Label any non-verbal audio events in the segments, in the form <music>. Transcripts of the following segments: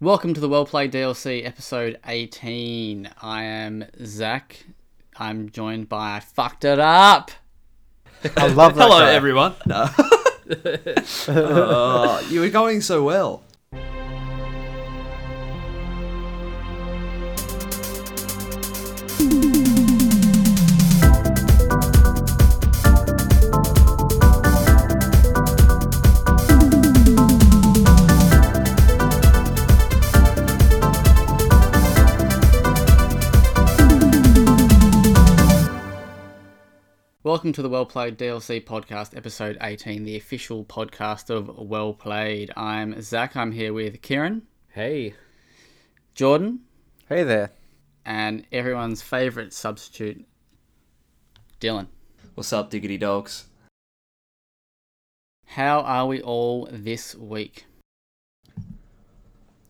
Welcome to the Well Played DLC, episode 18. I am Zach. I'm joined by I fucked it up. I love that. Hello, guy. <laughs> everyone. No. Oh, you were going so well. Welcome to the Well Played DLC podcast, episode 18, the official podcast of Well Played. I'm Zach. I'm here with Kieran, Hey, Jordan, Hey there. and everyone's favourite substitute, Dylan. What's up, diggity dogs? How are we all this week?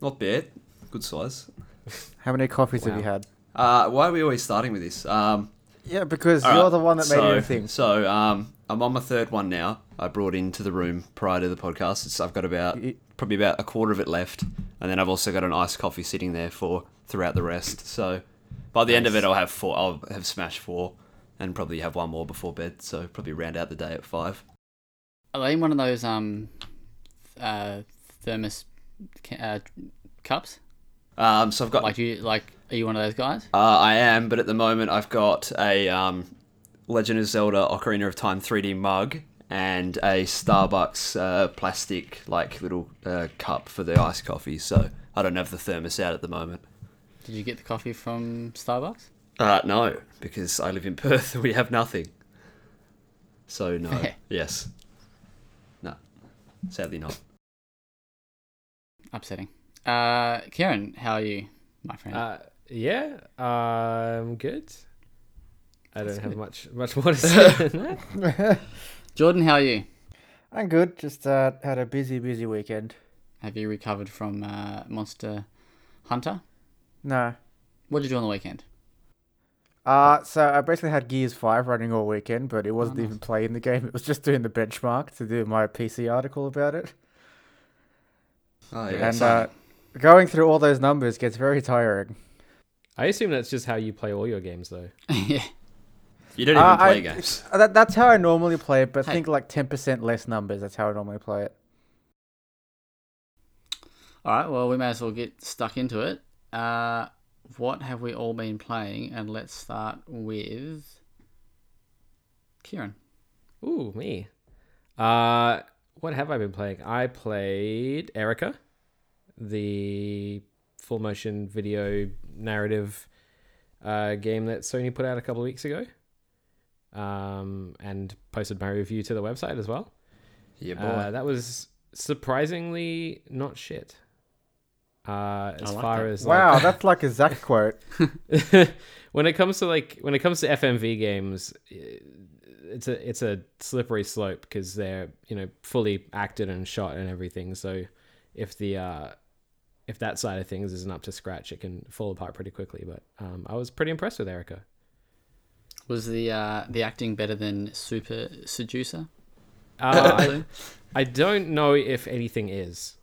Not bad. Good size. How many coffees have Wow. you had? Uh, why are we always starting with this? Um, Yeah, because all you're right, the one that made so, everything. So um, I'm on my third one now. I brought into the room prior to the podcast. It's, I've got about Y- probably about a quarter of it left, and then I've also got an iced coffee sitting there for throughout the rest. So by the end of it, I'll have four. I'll have smashed four, and probably have one more before bed. So probably round out the day at five. Are they in one of those um, uh, thermos ca- uh, cups? Um, so I've got Like, do you like? Are you one of those guys? Uh, I am, but at the moment I've got a um, Legend of Zelda Ocarina of Time 3D mug and a Starbucks uh, plastic like little uh, cup for the iced coffee. So I don't have the thermos out at the moment. Did you get the coffee from Starbucks? Uh, no, because I live in <laughs> Perth and we have nothing. So no. yes. No. Sadly not. Upsetting. Uh, Kieran, how are you, my friend? uh, yeah, I'm good. I don't have much much more to say. than that. Jordan, how are you? <laughs> I'm good. Just uh, had a busy, busy weekend. Have you recovered from uh, Monster Hunter? No. What did you do on the weekend? <laughs> Uh, so I basically had Gears 5 running all weekend, but it wasn't nice. even playing the game. It was just doing the benchmark to do my PC article about it. Oh, and uh, going through all those numbers gets very tiring. I assume that's just how you play all your games, though. yeah. you don't even uh, play I- games. Uh, That, that's how I normally play it, but Hey. think like 10% less numbers. That's how I normally play it. All right. Well, we may as well get stuck into it. Uh, what have we all been playing? And let's start with Kieran. Ooh, me. Uh, what have I been playing? I played Erica, the full motion video narrative uh, game that Sony put out a couple of weeks ago, um, and posted my review to the website as well. Yeah, boy. Uh, that was surprisingly not shit. Uh, as like far that. as Wow, like, that's like a <laughs> Zach quote. when it comes to like when it comes to FMV games, i- it's a it's a slippery slope because they're you know fully acted and shot and everything. So if the uh, if that side of things isn't up to scratch, it can fall apart pretty quickly. But um, I was pretty impressed with Erica. Was the uh, the acting better than Super Seducer? <laughs> Uh, I, I don't know if anything is.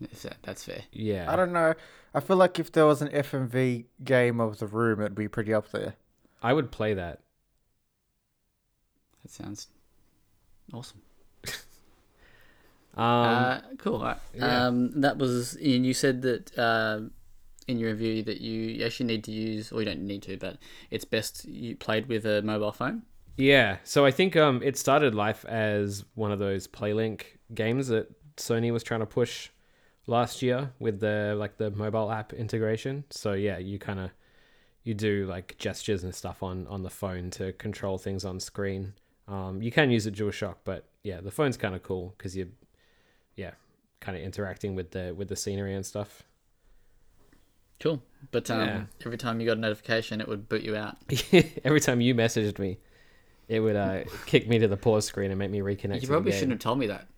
If that, <laughs> that's fair. Yeah, I don't know. I feel like if there was an FMV game of the room, it'd be pretty up there. I would play that. That sounds awesome. Um, uh, cool. All right. yeah. Um, that was. And you said that um in your review that you actually need to use, or you don't need to, but it's best you played with a mobile phone. Yeah, so I think um, it started life as one of those PlayLink games that Sony was trying to push last year with the like the mobile app integration. So yeah, you kind of you do like gestures and stuff on on the phone to control things on screen. Um, you can use a DualShock, but yeah, the phone's kind of cool because you're yeah kind of interacting with the with the scenery and stuff. <laughs> Cool. But um, Yeah. every time you got a notification, it would boot you out. Every time you messaged me, it would uh, kick me to the pause screen and make me reconnect. to you the probably game. shouldn't have told me that.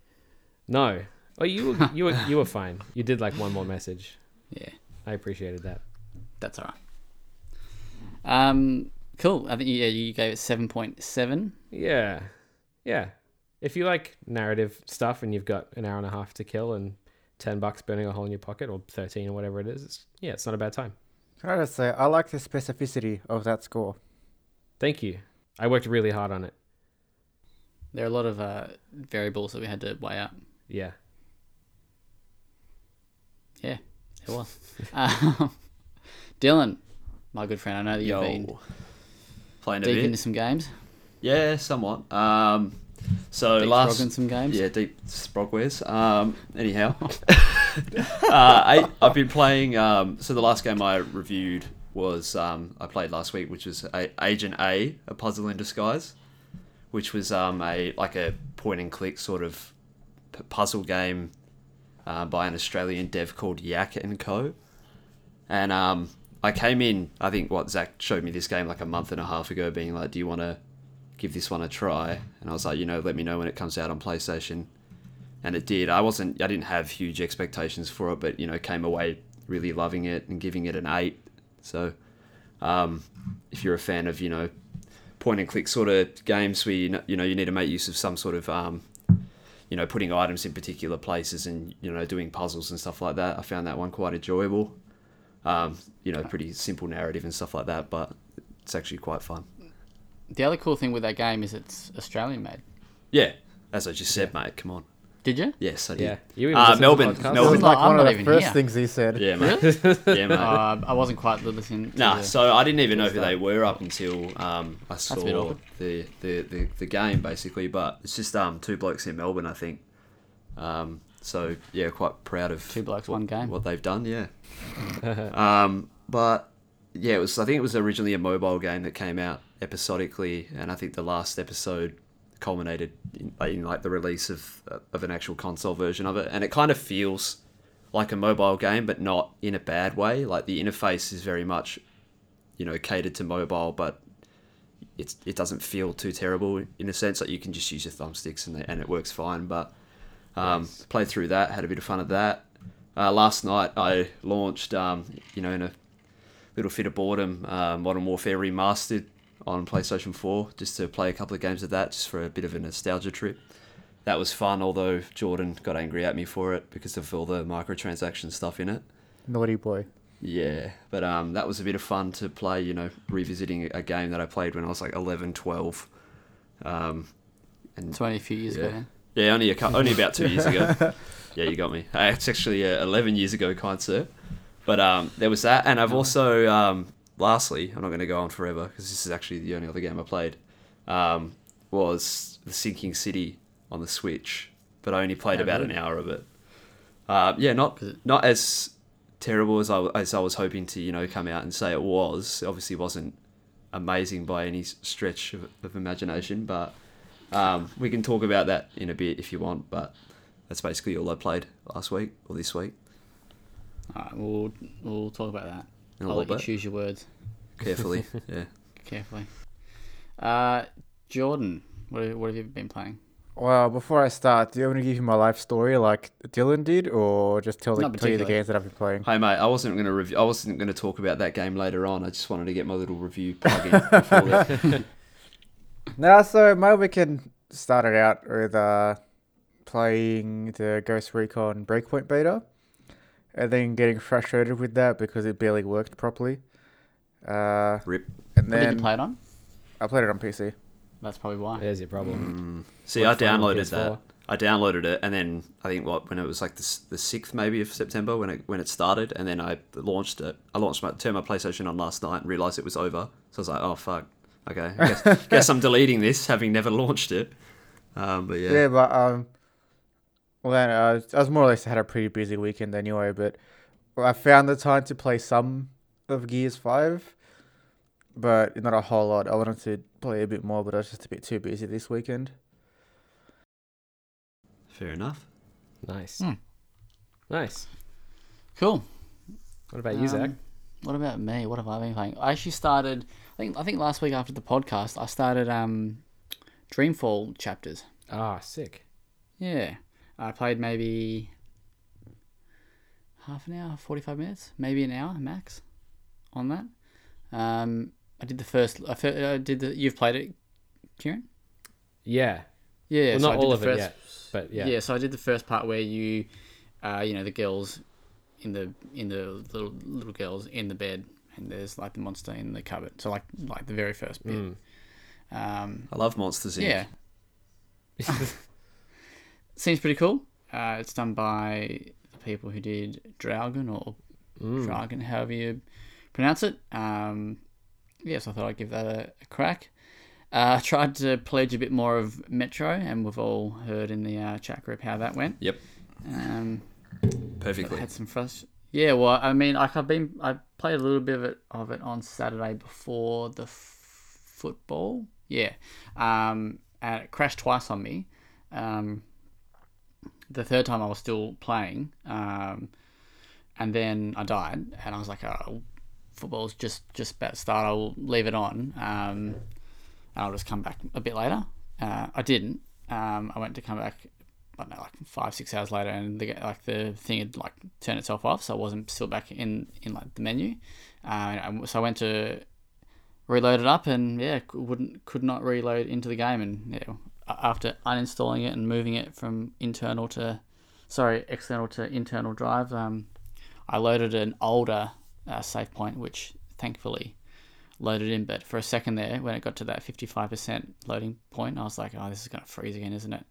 No. Oh, you were, you were <laughs> you were fine. You did like one more message. Yeah, I appreciated that. that's all right. Um, cool. I think yeah, you gave it seven point seven. Yeah, yeah. If you like narrative stuff and you've got an hour and a half to kill and ten bucks burning a hole in your pocket or thirteen or whatever it is, it's, yeah, it's not a bad time. Can I just say, I like the specificity of that score. Thank you. I worked really hard on it. There are a lot of uh, variables that we had to weigh up. <laughs> Yeah. Yeah, it was. um, Dylan, my good friend, I know that you've been Yo, playing a deep bit. into some games, Yeah, somewhat. Um, so deep last frogging some games. Yeah, deep sprogwares. Um, anyhow, <laughs> uh, I, I've been playing. Um, so the last game I reviewed was um, I played last week, which was a, Agent A, a puzzle in disguise, which was um, a like a point and click sort of p- puzzle game uh, by an Australian dev called Yak and Co. And um, I came in. I think what Zach showed me this game like a month and a half ago, being like, "Do you want to?" give this one a try. And I was like, you know, let me know when it comes out on PlayStation. And it did. I wasn't, I didn't have huge expectations for it, but, you know, came away really loving it and giving it an 8. So, um, if you're a fan of, you know, point and click sort of games where, you know, you, know, you need to make use of some sort of, um, you know, putting items in particular places and, you know, doing puzzles and stuff like that, I found that one quite enjoyable. Um, you know, pretty simple narrative and stuff like that, but it's actually quite fun. The other cool thing with that game is it's Australian made. Yeah, as I just said, mate. Come on. Did you? Yes, I did. Yeah. You even uh, listen to Melbourne, podcasts? This is Melbourne. Melbourne. like I'm one not of the even first here. things he said. Yeah, mate. Really? Yeah, <laughs> mate. Oh, Uh, I wasn't quite listening. To Nah, the- so I didn't even know who they were up until um, I saw bit the, awkward. the, the, the game basically. But it's just um, two blokes in Melbourne, I think. Um, so yeah, quite proud of Two blokes, one game. what they've done. Yeah. um, but yeah, it was. I think it was originally a mobile game that came out episodically, and I think the last episode culminated in, in like the release of of an actual console version of it, and it kind of feels like a mobile game, but not in a bad way. Like the interface is very much, you know, catered to mobile, but it's it doesn't feel too terrible in a sense. Like you can just use your thumbsticks and they, and it works fine. But um, played through that, had a bit of fun at that. Uh, last night I launched, um, you know, in a little fit of boredom, uh, Modern Warfare Remastered on PlayStation 4, just to play a couple of games of that, just for a bit of a nostalgia trip. That was fun, although Jordan got angry at me for it because of all the microtransaction stuff in it. Naughty boy. Yeah, but um, that was a bit of fun to play, you know, revisiting a game that I played when I was like 11, 12. Um, It's only a few years yeah. ago. Yeah, only a, cou- only about two <laughs> years ago. Yeah, you got me. Uh, It's actually uh, 11 years ago, kind sir. But um, there was that, and I've also, um, lastly, I'm not going to go on forever because this is actually the only other game I played. Um, was the Sinking City on the Switch, but I only played Oh, about really? an hour of it. Uh, yeah, not Is it- not as terrible as I w- as I was hoping to, you know, come out and say it was. Obviously, it wasn't amazing by any s- stretch of, of imagination, but um, we can talk about that in a bit if you want. But that's basically all I played last week or this week. All right, we'll we'll talk about that. In a I'll little let you bit. choose your words Carefully, yeah. carefully. Uh, Jordan, what have, what have you been playing? Well, before I start, do you want me to give you my life story like Dylan did, or just tell, Not tell you the particularly. games that I've been playing? Hey mate, I wasn't going to review. I wasn't going to talk about that game later on. I just wanted to get my little review plug in. Before that. Now, so my weekend started out with uh, playing the Ghost Recon Breakpoint beta, and then getting frustrated with that because it barely worked properly. Uh, Rip. and What did you then play it on? I played it <laughs> on PC. That's probably why. There's your problem. Mm. See, Like I Final downloaded PS4. that. I downloaded it, and then I think what when it was like the s- the sixth maybe of September when it when it started, and then I launched it. I launched my turned my PlayStation on last night and realized it was over. So I was like, oh fuck, okay, I <laughs> guess, guess I'm deleting this, having never launched it. Um, but yeah, Yeah, but um, well then uh, I was more or less had a pretty busy weekend anyway. But I found the time to play some of Gears Five, but not a whole lot. I wanted to play a bit more, but I was just a bit too busy this weekend. fair enough. Nice. Hmm. Nice. Cool. What about you, Zach? Um, What about me? What have I been playing? I actually started. I think I think last week after the podcast, I started um, Dreamfall chapters. Ah, sick. Yeah, I played maybe half an hour, forty-five minutes, maybe an hour max, on that. Um, I did the first. I, fir- I did the. You've played it, Kieran? Yeah. <laughs> Yeah. Well, so not I did all the of it first, yet, but yeah. yeah. So I did the first part where you uh, you know, the girls in the in the little little girls in the bed, and there's like the monster in the cupboard. So like like the very first bit. Hmm. Um, I love Monsters Inc. yeah. Seems pretty cool. Uh, it's done by the people who did Dragon or Dragon, however you pronounce it. Um, yes, I thought I'd give that a, a crack. Uh, I tried to pledge a bit more of Metro, and we've all heard in the uh, chat group how that went. Yep, Um, perfectly. had some frust. Yeah, well, I mean, like I've been, I played a little bit of it of it on Saturday before the f- football. Yeah, um, and it crashed twice on me. Um, the third time I was still playing, um, and then I died, and I was like, oh, football's just just about to start. I'll leave it on, um, and I'll just come back a bit later. Uh, I didn't. Um, I went to come back, I don't know, like five six hours later, and the like the thing had like turned itself off, so I wasn't still back in in like the menu. Uh, and so I went to reload it up, and yeah, c- wouldn't could not reload into the game, and yeah, a- after uninstalling it and moving it from internal to sorry external to internal drive, um, I loaded an older uh, save point, which thankfully loaded in. But for a second there, when it got to that 55% loading point, I was like, oh, this is going to freeze again, isn't it?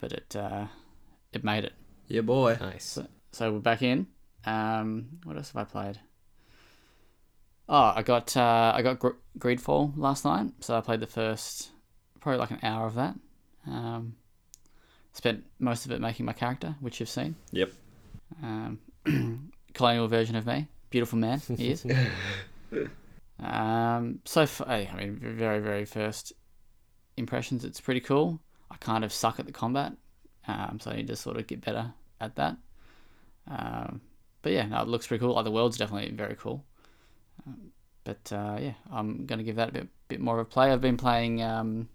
But it uh, it made it. Yeah, boy. Nice. So we're back in. Um, what else have I played? Oh, I got uh, I got Gr- Greedfall last night, so I played the first probably like an hour of that. Um, spent most of it making my character, which you've seen Yep. um, <clears throat> colonial version of me. Beautiful man, he is. um, so, f- I I mean, very, very first impressions, it's pretty cool. I kind of suck at the combat, um, so I need to sort of get better at that. Um, but yeah, no, it looks pretty cool. Like, the world's definitely very cool. Um, but uh, yeah, I'm going to give that a bit, bit more of a play. I've been playing um,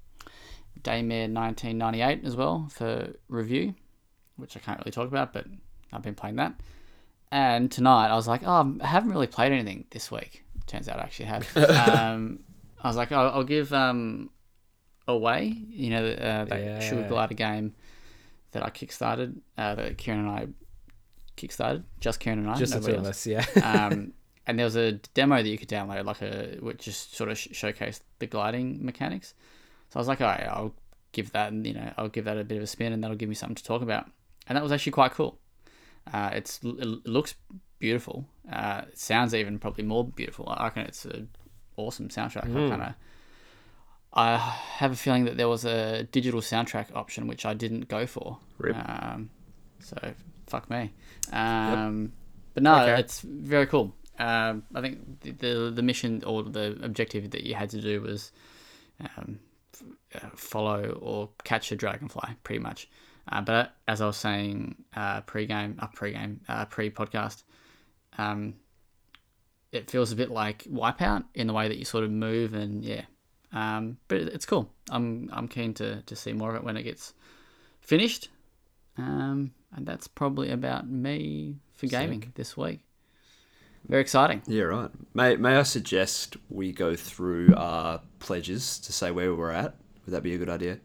Daymare 1998 as well for review, which I can't really talk about, but I've been playing that. And tonight I was like, oh, I haven't really played anything this week. Turns out I actually have. um, I was like, I'll, I'll give um, Away, you know, uh, that Yeah. Sugar Glider game that I kickstarted, uh, that Kieran and I kickstarted, just Kieran and I. Just the nobody two of else <laughs> us, yeah. um, and there was a demo that you could download, like a which just sort of sh- showcased the gliding mechanics. So I was like, all right, I'll give that, you know, I'll give that a bit of a spin, and that'll give me something to talk about. And that was actually quite cool. Uh, it's it looks beautiful. Uh, it sounds even probably more beautiful. I reckon it's an awesome soundtrack. I kind of. I have a feeling that there was a digital soundtrack option which I didn't go for. Rip. Um, so fuck me. Um, But no, Okay. it's very cool. Um, I think the, the the mission or the objective that you had to do was um, f- uh, follow or catch a dragonfly, pretty much. Uh, but as I was saying uh, pre-game, uh, pre-game, uh, pre-podcast, um, it feels a bit like Wipeout in the way that you sort of move and yeah. Um, but it- it's cool. I'm I'm keen to, to see more of it when it gets finished. Um, and that's probably about me for gaming this week. Very exciting. Yeah, right. May May I suggest we go through our pledges to say where we're at? Would that be a good idea?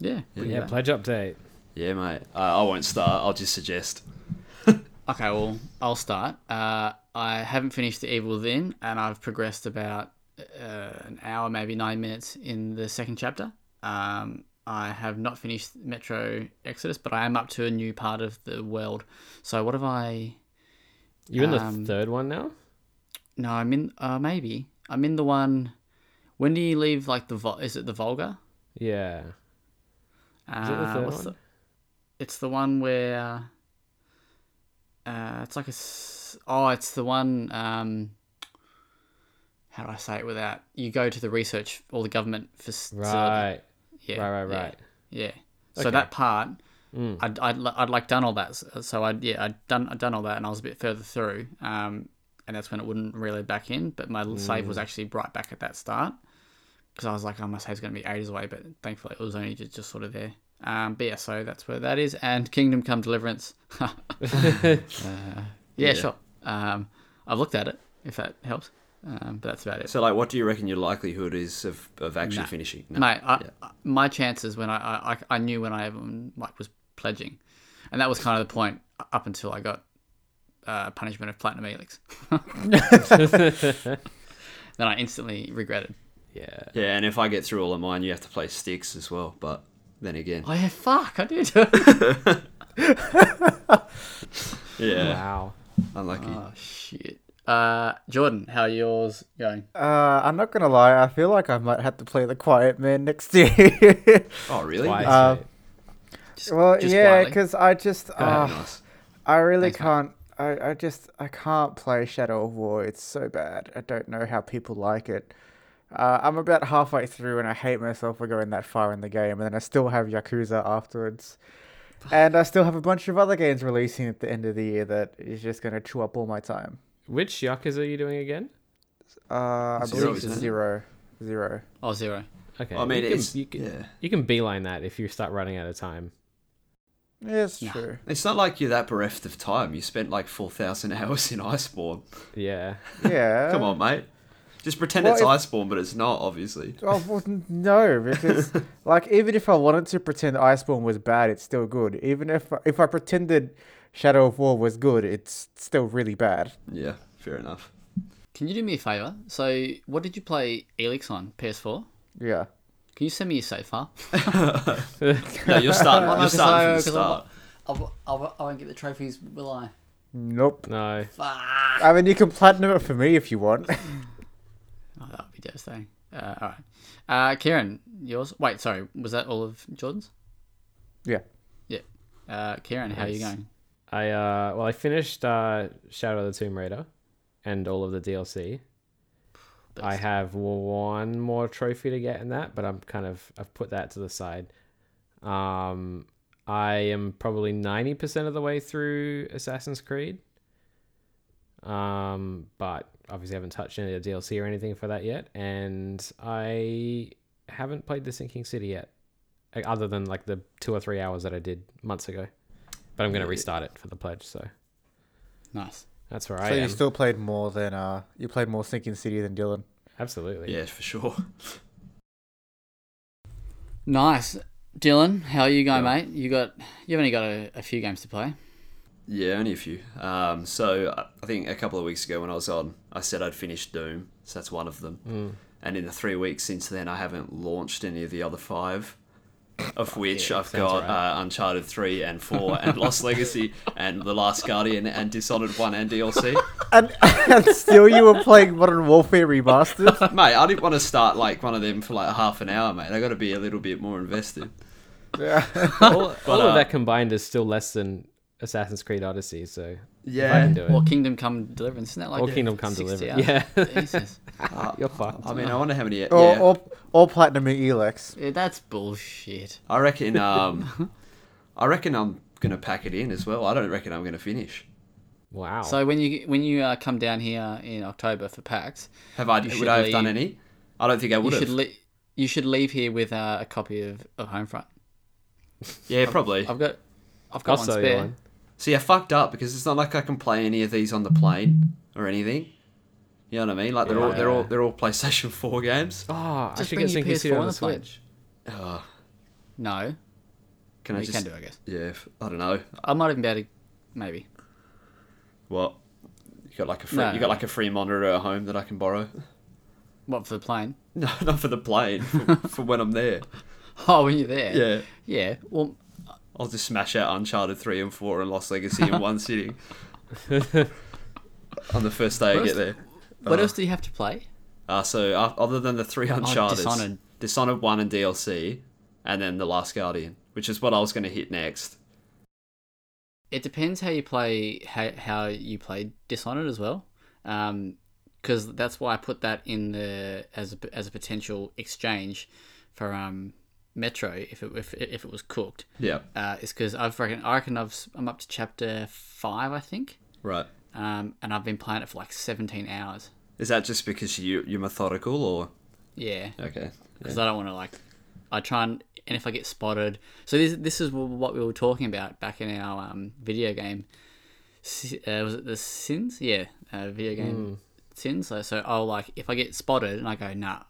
Yeah. we can yeah, do that. pledge update. Yeah, mate. Uh, I won't start. I'll just suggest. Okay, well, I'll start. Uh, I haven't finished The Evil Within, and I've progressed about uh, an hour, maybe nine minutes in the second chapter. Um, I have not finished Metro Exodus, but I am up to a new part of the world. So, what have I. You in Um, the third one now? No, I'm in. Uh, maybe. I'm in the one. When do you leave, like, the. Vol- is it the Volga? Yeah. Uh, Is it the third what's one? the- it's the one where. Uh, it's like a. s- Oh, it's the one. Um, how do I say it without you go to the research or the government for Right. yeah, right, right, yeah, right. yeah. So that part, I'd, I'd, li- I'd like done all that. S- So I'd yeah, I'd done I'd done all that, and I was a bit further through. Um, and that's when it wouldn't really back in. But my l- save was actually right back at that start, because I was like, oh, my save's going to be ages away. But thankfully, it was only just, just sort of there. Um, but yeah, so that's where that is. And Kingdom Come Deliverance. <laughs> Uh, yeah, sure. Um, I've looked at it if that helps. Um, but that's about it. So, like, what do you reckon your likelihood is of, of actually finishing? No. Mate, I, I- my chances when I, I I- I knew when I um, like was pledging, and that was kind of the point. up until I got uh, Punishment of Platinum <laughs> Elix. then I instantly regretted. Yeah. Yeah, and if I get through all of mine, you have to play sticks as well. But then again, Oh yeah, fuck, I did. <laughs> yeah, Wow. unlucky. oh shit. Uh, Jordan, how are yours going? Uh, I'm not gonna lie. I feel like I might have to play the Quiet Man next year. <laughs> oh, really? Twice, Uh, mate. Just, well, just yeah, quietly. because I just Ah. Yeah, uh, nice. I really Thanks, can't. I, I just I can't play Shadow of War. It's so bad. I don't know how people like it. Uh, I'm about halfway through and I hate myself for going that far in the game, and then I still have Yakuza afterwards, and I still have a bunch of other games releasing at the end of the year that is just gonna chew up all my time. Which yakuza are you doing again? Uh, I Zero, believe isn't it's it? zero, zero. Oh, zero. Okay. I mean, you can, it's you can, yeah. you can beeline that if you start running out of time. Yeah, it's Nah. true. It's not like you're that bereft of time. You spent like four thousand <laughs> hours in Iceborne. Yeah. Yeah. Come on, mate. Just pretend Well, it's if- Iceborne, but it's not, obviously. Oh, well, n- no, <laughs> because like even if I wanted to pretend Iceborne was bad, it's still good. Even if if I pretended Shadow of War was good, it's still really bad. Yeah, fair enough. Can you do me a favor? So, what did you play Elix on PS4? Yeah. Can you send me your save file? No, you're starting. Well, no, 'cause you're I- starting from the 'cause I'm- start. I'll, I'll, I won't get the trophies, will I? Nope. No. Fuck. I mean, you can platinum it for me if you want. <laughs> Oh, that would be devastating. Uh, all right. Uh, Kieran, yours? Wait, sorry. Was that all of Jordan's? yeah. Yeah. Uh, Kieran, how are you Nice. going? I uh well I finished uh Shadow of the Tomb Raider and all of the DLC. I Best. have one more trophy to get in that, but I'm kind of I've put that to the side. Um I am probably 90% of the way through Assassin's Creed. Um but obviously haven't touched any of the DLC or anything for that yet and I haven't played The Sinking City yet. like, Other than like the 2 or 3 hours that I did months ago. But I'm going to restart it for the pledge, so Nice. that's where So I you am. still played more than uh, you played more Sinking City than Dylan. Absolutely. Yeah, for sure. <laughs> Nice. Dylan, how are you going, Yeah. mate? You got you've only got a, a few games to play. Yeah, only a few. Um, so I- I think a couple of weeks ago when I was on, I said I'd finished Doom. So that's one of them. Mm. And in the three weeks since then, I haven't launched any of the other five, of which I've sounds got right. uh, Uncharted three and four, and Lost Legacy, and The Last Guardian, and Dishonored one and DLC. And, <laughs> and still, you were playing Modern Warfare <laughs> Remastered. mate, I didn't want to start like one of them for like half an hour, mate. I got to be a little bit more invested. yeah. all, all uh, of that combined is still less than Assassin's Creed Odyssey, so I Yeah, can do it. Or Kingdom Come Deliverance, isn't that like Or Kingdom Come 60 Deliverance, hours? yeah. <laughs> Jesus. You're fucked. I mean, I wonder how many. Or, Yeah, or or platinum and Elex. Yeah, that's bullshit. I reckon. Um, I reckon I'm gonna pack it in as well. I don't reckon I'm gonna finish. Wow. So when you when you uh, come down here in October for PAX, Have I? You Would should I have done leave- any? I don't think I would you have. should le- you should leave here with uh, a copy of, of Homefront. yeah, probably. I've got I've I'll got one sell you spare. one. See, I fucked up because it's not like I can play any of these on the plane or anything. You know what I mean? Like they're all they're all Yeah. they're all PlayStation <laughs> Four games. Oh, I Just should bring get your Sinking City PS4 on and the the Switch. Switch. Ugh, No, can I you just? can do, I guess. Yeah, if- I don't know. I might even be able to, maybe. What? You got like a free, No, you no. got like a free monitor at home that I can borrow. <laughs> What for the plane? <laughs> No, not for the plane. For, for when I'm there. Oh, when you're there. Yeah, Yeah. Well, I'll just smash out Uncharted three and four and Lost Legacy in one sitting. On the first day I What get else- there. what Oh. else do you have to play? Uh, so uh, other than the three Uncharted, Dishonored. Dishonored one and DLC, and then the Last Guardian, which is what I was going to hit next. It depends how you play how, how you play Dishonored as well, because that's why I put that in the as a, as a potential exchange for um, Metro if it if, it- if it was cooked. Yeah, Uh, it's because I've reckon I reckon I've s- I'm up to chapter five I think, right. um, and I've been playing it for like 17 hours. Is that just because you you're methodical or Yeah. okay? Yeah. because I don't want to like. I try and and if I get spotted, so this this is what we were talking about back in our um, video game. si- Uh, was it the sins? Yeah, uh, video game sins. So, so I'll like if I get spotted and I go nah,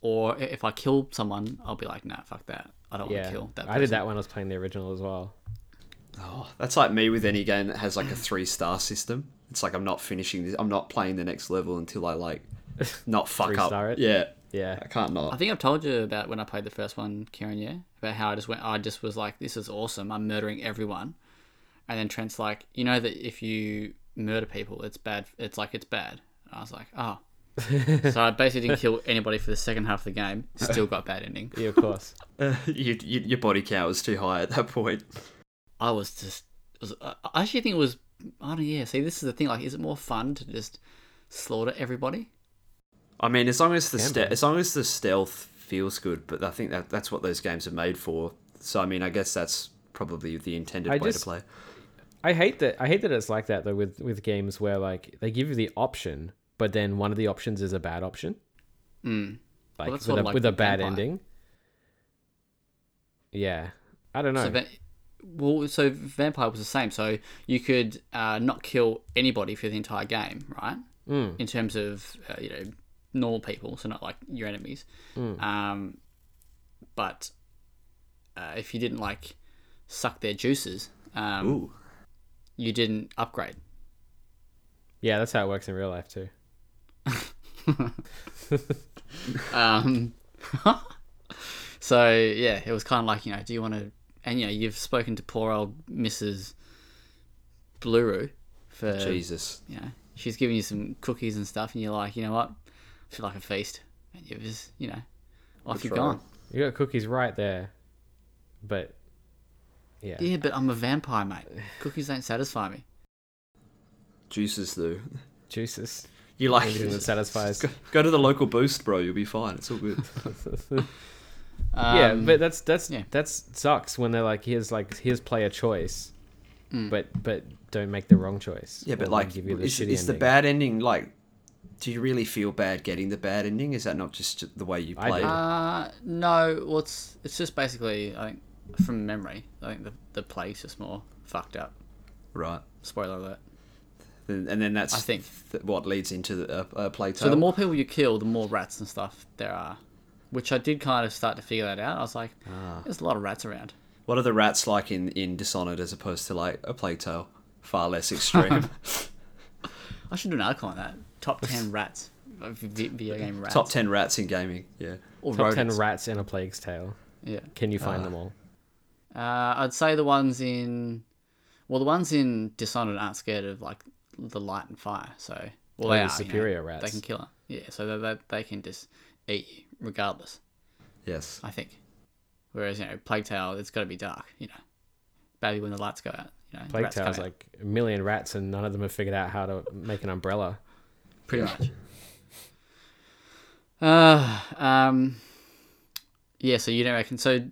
or i- if I kill someone, I'll be like nah, fuck that. I don't want Yeah. to kill that. Person. I did that when I was playing the original as well. Oh, that's like me with any game that has like a three star system. It's like I'm not finishing this. I'm not playing the next level until I like not fuck up. Three-star it? Yeah, Yeah. I can't I not. <laughs> think I've told you about when I played the first one, Kieran. Yeah, about how I just went. I just was like, "This is awesome! I'm murdering everyone," and then Trent's like, "You know that if you murder people, it's bad. It's like it's bad." And I was like, "Oh." so I basically didn't kill anybody for the second half of the game. Still got bad ending. Yeah, of course. you, you, your body count was too high at that point. I was just. it Was, I I actually think it was. I don't. Yeah. See, this is the thing. Like, is it more fun to just slaughter everybody? I mean, as long as the Can ste- be. as long as the stealth feels good, but I think that that's what those games are made for. So I mean, I guess that's probably the intended I way just- to play. I hate that. I hate that it's like that though. With with games where like they give you the option, but then one of the options is a bad option, Mm. that's like with sort a of like with a bad Vampire. ending. Yeah, I don't know. So, va- well, so vampire was the same. So you could uh, not kill anybody for the entire game, right? Mm. In terms of uh, you know normal people, so not like your enemies. Um, but uh, if you didn't like suck their juices, um, Ooh, you didn't upgrade. yeah, that's how it works in real life too. Um, <laughs> so yeah, it was kind of like you know, do you want to? And you know, you've spoken to poor old Mrs. Bluru for uh, Jesus! you know, she's giving you some cookies and stuff, and you're like, you know what, I feel like a feast, and you just, you know, off Good you're try. gone. You got cookies right there, but yeah, Yeah, but I'm a vampire, mate. Cookies don't satisfy me. Juices though. <laughs> juices. You <laughs> like <laughs> Anything <laughs> that satisfies. Go, go to the local boost, bro. You'll be fine. It's all <laughs> good. Um, <laughs> yeah, but that's that's yeah. that's sucks when they're like here's like here's player choice, Hmm. but but don't make the wrong choice. Yeah, but or like, give you the is, shitty is the ending. bad ending like? Do you really feel bad getting the bad ending? Is that not just the way you I play? do. uh, no, well, it's it's just basically, I think, from memory, I think the the play's just more fucked up. Right, Spoiler alert. and, and then that's I think. th- what leads into the uh, uh, play. So Oh. the more people you kill, the more rats and stuff there are, which I did kind of start to figure that out. I was like, Ah. there's a lot of rats around. What are the rats like in, in Dishonored as opposed to like a Plague Tale? Far less <laughs> extreme. I should do an article on that. Top ten rats, Uh, vi- video <laughs> game rats. Top 10 rats in gaming. Yeah. or top ten rodents. rats in a plague's tale. Yeah. Can you Ah, find them all? Uh, I'd say the ones in, well, the ones in Dishonored aren't scared of like the light and fire, so well Oh, they the are superior you know, rats. They can kill them. Yeah, so they, they they can just eat you regardless. Yes. I think. Whereas you know, Plague Tale, it's got to be dark. You know, maybe when the lights go out, you know, the Plague rats come Tale's out. like a million rats, and none of them have figured out how to make an umbrella. pretty much. Uh, um, yeah. So you don't reckon? So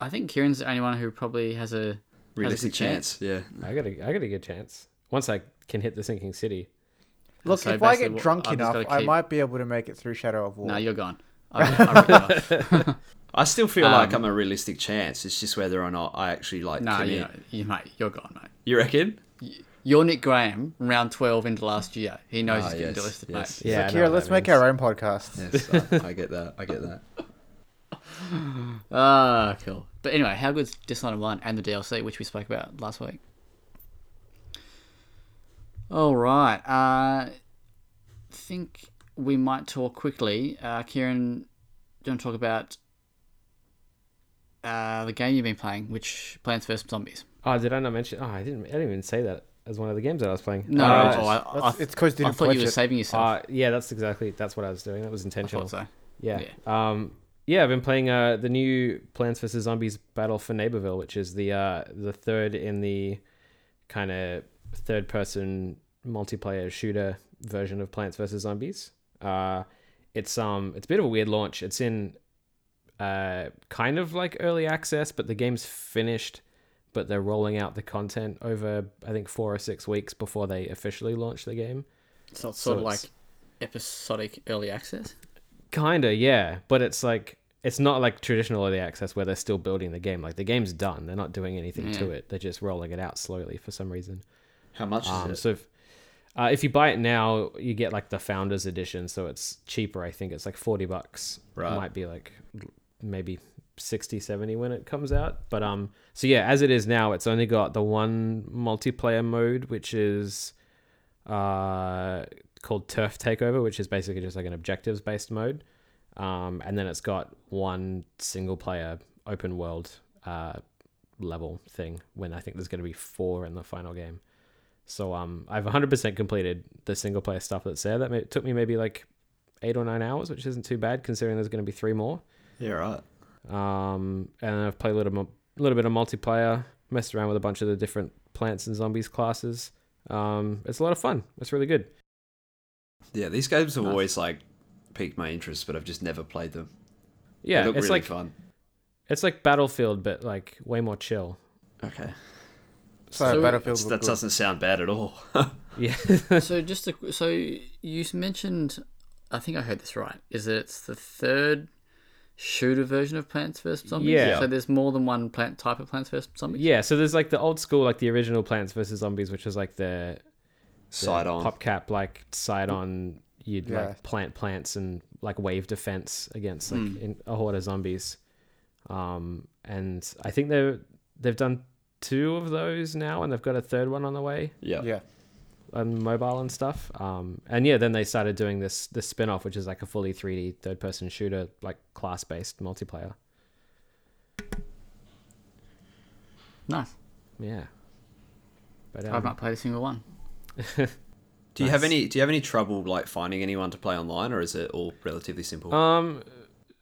I think Kieran's the only one who probably has a Realistic good chance. chance. Yeah. I got a, I got a good chance once I can hit the sinking city. Look, So if I basically get what- drunk I've just enough, gotta I keep- might be able to make it through Shadow of War. No, you're gone. <laughs> I, I ripped it off. I still feel like I'm a realistic chance. It's just whether or not I actually like No, commit. you, know, you mate, you're gone, mate. You reckon? You're Nick Graham, round twelve into last year. He knows Ah, he's getting yes, delisted, yes. mate. Yeah, I so know what Kira, let's that make means. our own podcast. Yes. I, I get that. I get that. Ah, cool. But anyway, how good's Dishonored One and the DLC, which we spoke about last week? All right. Uh, I think we might talk quickly. Uh, Kieran, do you want to talk about uh, the game you've been playing, which Plants vs Zombies? Oh, did I not mention? Oh, I didn't. I didn't even say that as one of the games that I was playing. No, Uh, it's- oh, I, I, that's- it's 'cause you I didn't thought you flinch were it. Ah, saving yourself. uh, yeah, that's exactly that's what I was doing. That was I intentional. thought so. Yeah. Um. Yeah, I've been playing uh the new Plants vs Zombies Battle for Neighborville, which is the uh the third in the kind of third person multiplayer shooter version of Plants vs Zombies. Uh, it's um it's a bit of a weird launch. It's in uh kind of like early access, but the game's finished. But they're rolling out the content over I think four or six weeks before they officially launch the game. So it's So sort of like it's- episodic early access. Kinda, yeah. But it's like it's not like traditional early access where they're still building the game. Like the game's done. They're not doing anything to it. They're just rolling it out slowly for some reason. <laughs> How much Um, is it? so if, uh, if you buy it now, you get like the founders edition, so it's cheaper. I think it's like forty bucks. Right. Might be like maybe 60 70 when it comes out but um so yeah as it is now it's only got the one multiplayer mode which is uh called turf takeover which is basically just like an objectives based mode um and then it's got one single player open world uh level thing when i think there's going to be four in the final game so um i've 100% completed the single player stuff that's there that may- took me maybe like eight or nine hours which isn't too bad considering there's going to be three more Yeah, right. um, and I've played a little, mo- little bit of multiplayer, messed around with a bunch of the different plants and zombies classes. Um, it's a lot of fun. It's really good. Yeah, these games have Nice. always like piqued my interest, but I've just never played them. They Yeah, look it's really like fun. it's like Battlefield, but like way more chill. <laughs> Okay, So, So- Battlefield That's- looked that good. doesn't sound bad at all. <laughs> <laughs> Yeah, <laughs> so just to, so you mentioned, I think I heard this right. Is that it's the third shooter version of Plants vs Zombies? Yeah. So there's more than one plant type of Plants vs Zombies. yeah. So there's like the old school, like the original Plants vs Zombies, which was like the, the Side on. pop cap, like side on. You'd Yeah. like plant plants and like wave defense against like Hmm. in, a horde of zombies. um, and I think they they've done two of those now, and they've got a third one on the way Yeah. Yeah. on mobile and stuff. Um, and yeah, then they started doing this this spin off, which is like a fully 3D third person shooter, like class based multiplayer. Nice. Yeah, but I've um, not played a single one. Do you have any? Do you have any trouble like finding anyone to play online, or is it all relatively simple? um,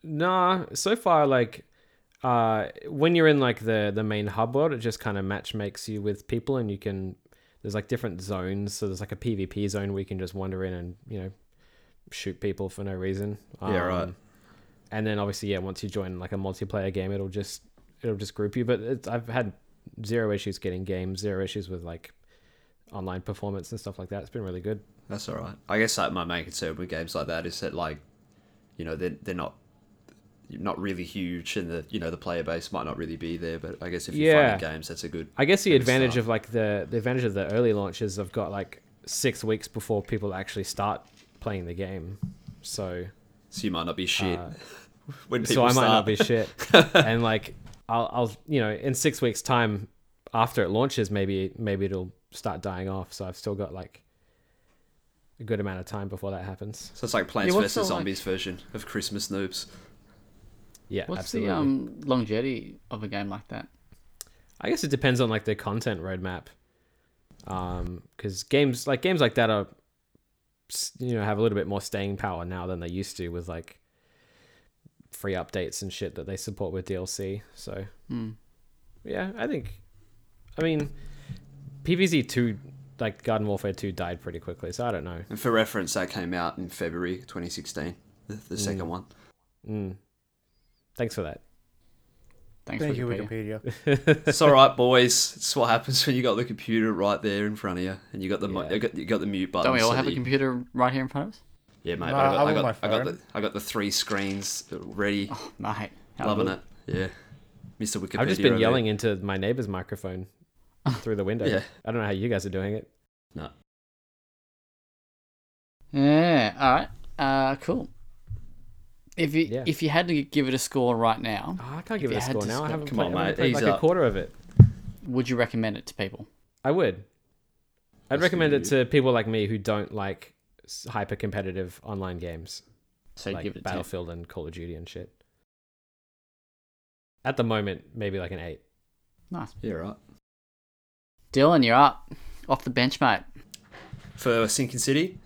nah, so far like. Uh, when you're in like the the main hub world, it just kind of match makes you with people, and you can there's like different zones. So there's like a PvP zone where you can just wander in and you know shoot people for no reason. Um, Yeah, right. And then obviously, yeah, once you join like a multiplayer game, it'll just it'll just group you. But it's, I've had zero issues getting games, zero issues with like online performance and stuff like that. It's been really good. That's all right. I guess like my main concern with games like that is that like, you know, they're they're not not really huge, and the you know the player base might not really be there. But I guess if you're Yeah. finding games, that's a good. I guess the Good advantage start. of like the the advantage of the early launches, I've got like six weeks before people actually start playing the game, so So you might not be shit <laughs> Uh, when people so I might start. not be shit. and like I'll, I'll you know in six weeks time after it launches maybe maybe it'll start dying off. So I've still got like a good amount of time before that happens. <laughs> So it's like Plants Yeah, what's vs the, like- Zombies version of Christmas Noobs. Yeah, What's absolutely. the um, longevity of a game like that? I guess it depends on like the content roadmap. Um, because games like games like that are, s- you know, have a little bit more staying power now than they used to with like free updates and shit that they support with DLC. So, Hmm. yeah, I think, I mean, PVZ two, like Garden Warfare two, died pretty quickly. So I don't know. And for reference, that came out in February 2016. The, the second <laughs> one. Mm. Thanks for that. Thanks Thank you, Wikipedia. Wikipedia. It's all right, boys. It's what happens when you got the computer right there in front of you, and you got the mo- Yeah. you, got, you got the mute button. Don't we all so have that a you- computer right here in front of us? Yeah, mate. Nah, I, got, I'm I, on got, my I got phone. the I got the three screens ready. Oh, Mate, how Loving good. it. Yeah. Mr. Wikipedia. I've just over been yelling into my neighbor's microphone through the window. <laughs> Yeah. I don't know how you guys are doing it. there. No. Yeah. All right. Uh, cool. If you Yeah. if you had to give it a score right now, Oh, I can't If give it you a had score to now. I score- haven't come played, on, I haven't mate, played ease like a up. quarter of it. would you recommend it to people? I would. I'd That's recommend it good. to people like me who don't like hyper competitive online games So you'd like give it a 10. Battlefield and Call of Duty and shit. At the moment, maybe like an eight. <laughs> Nice. Yeah, right. Dylan, you're up off the bench, mate. For Sinking City.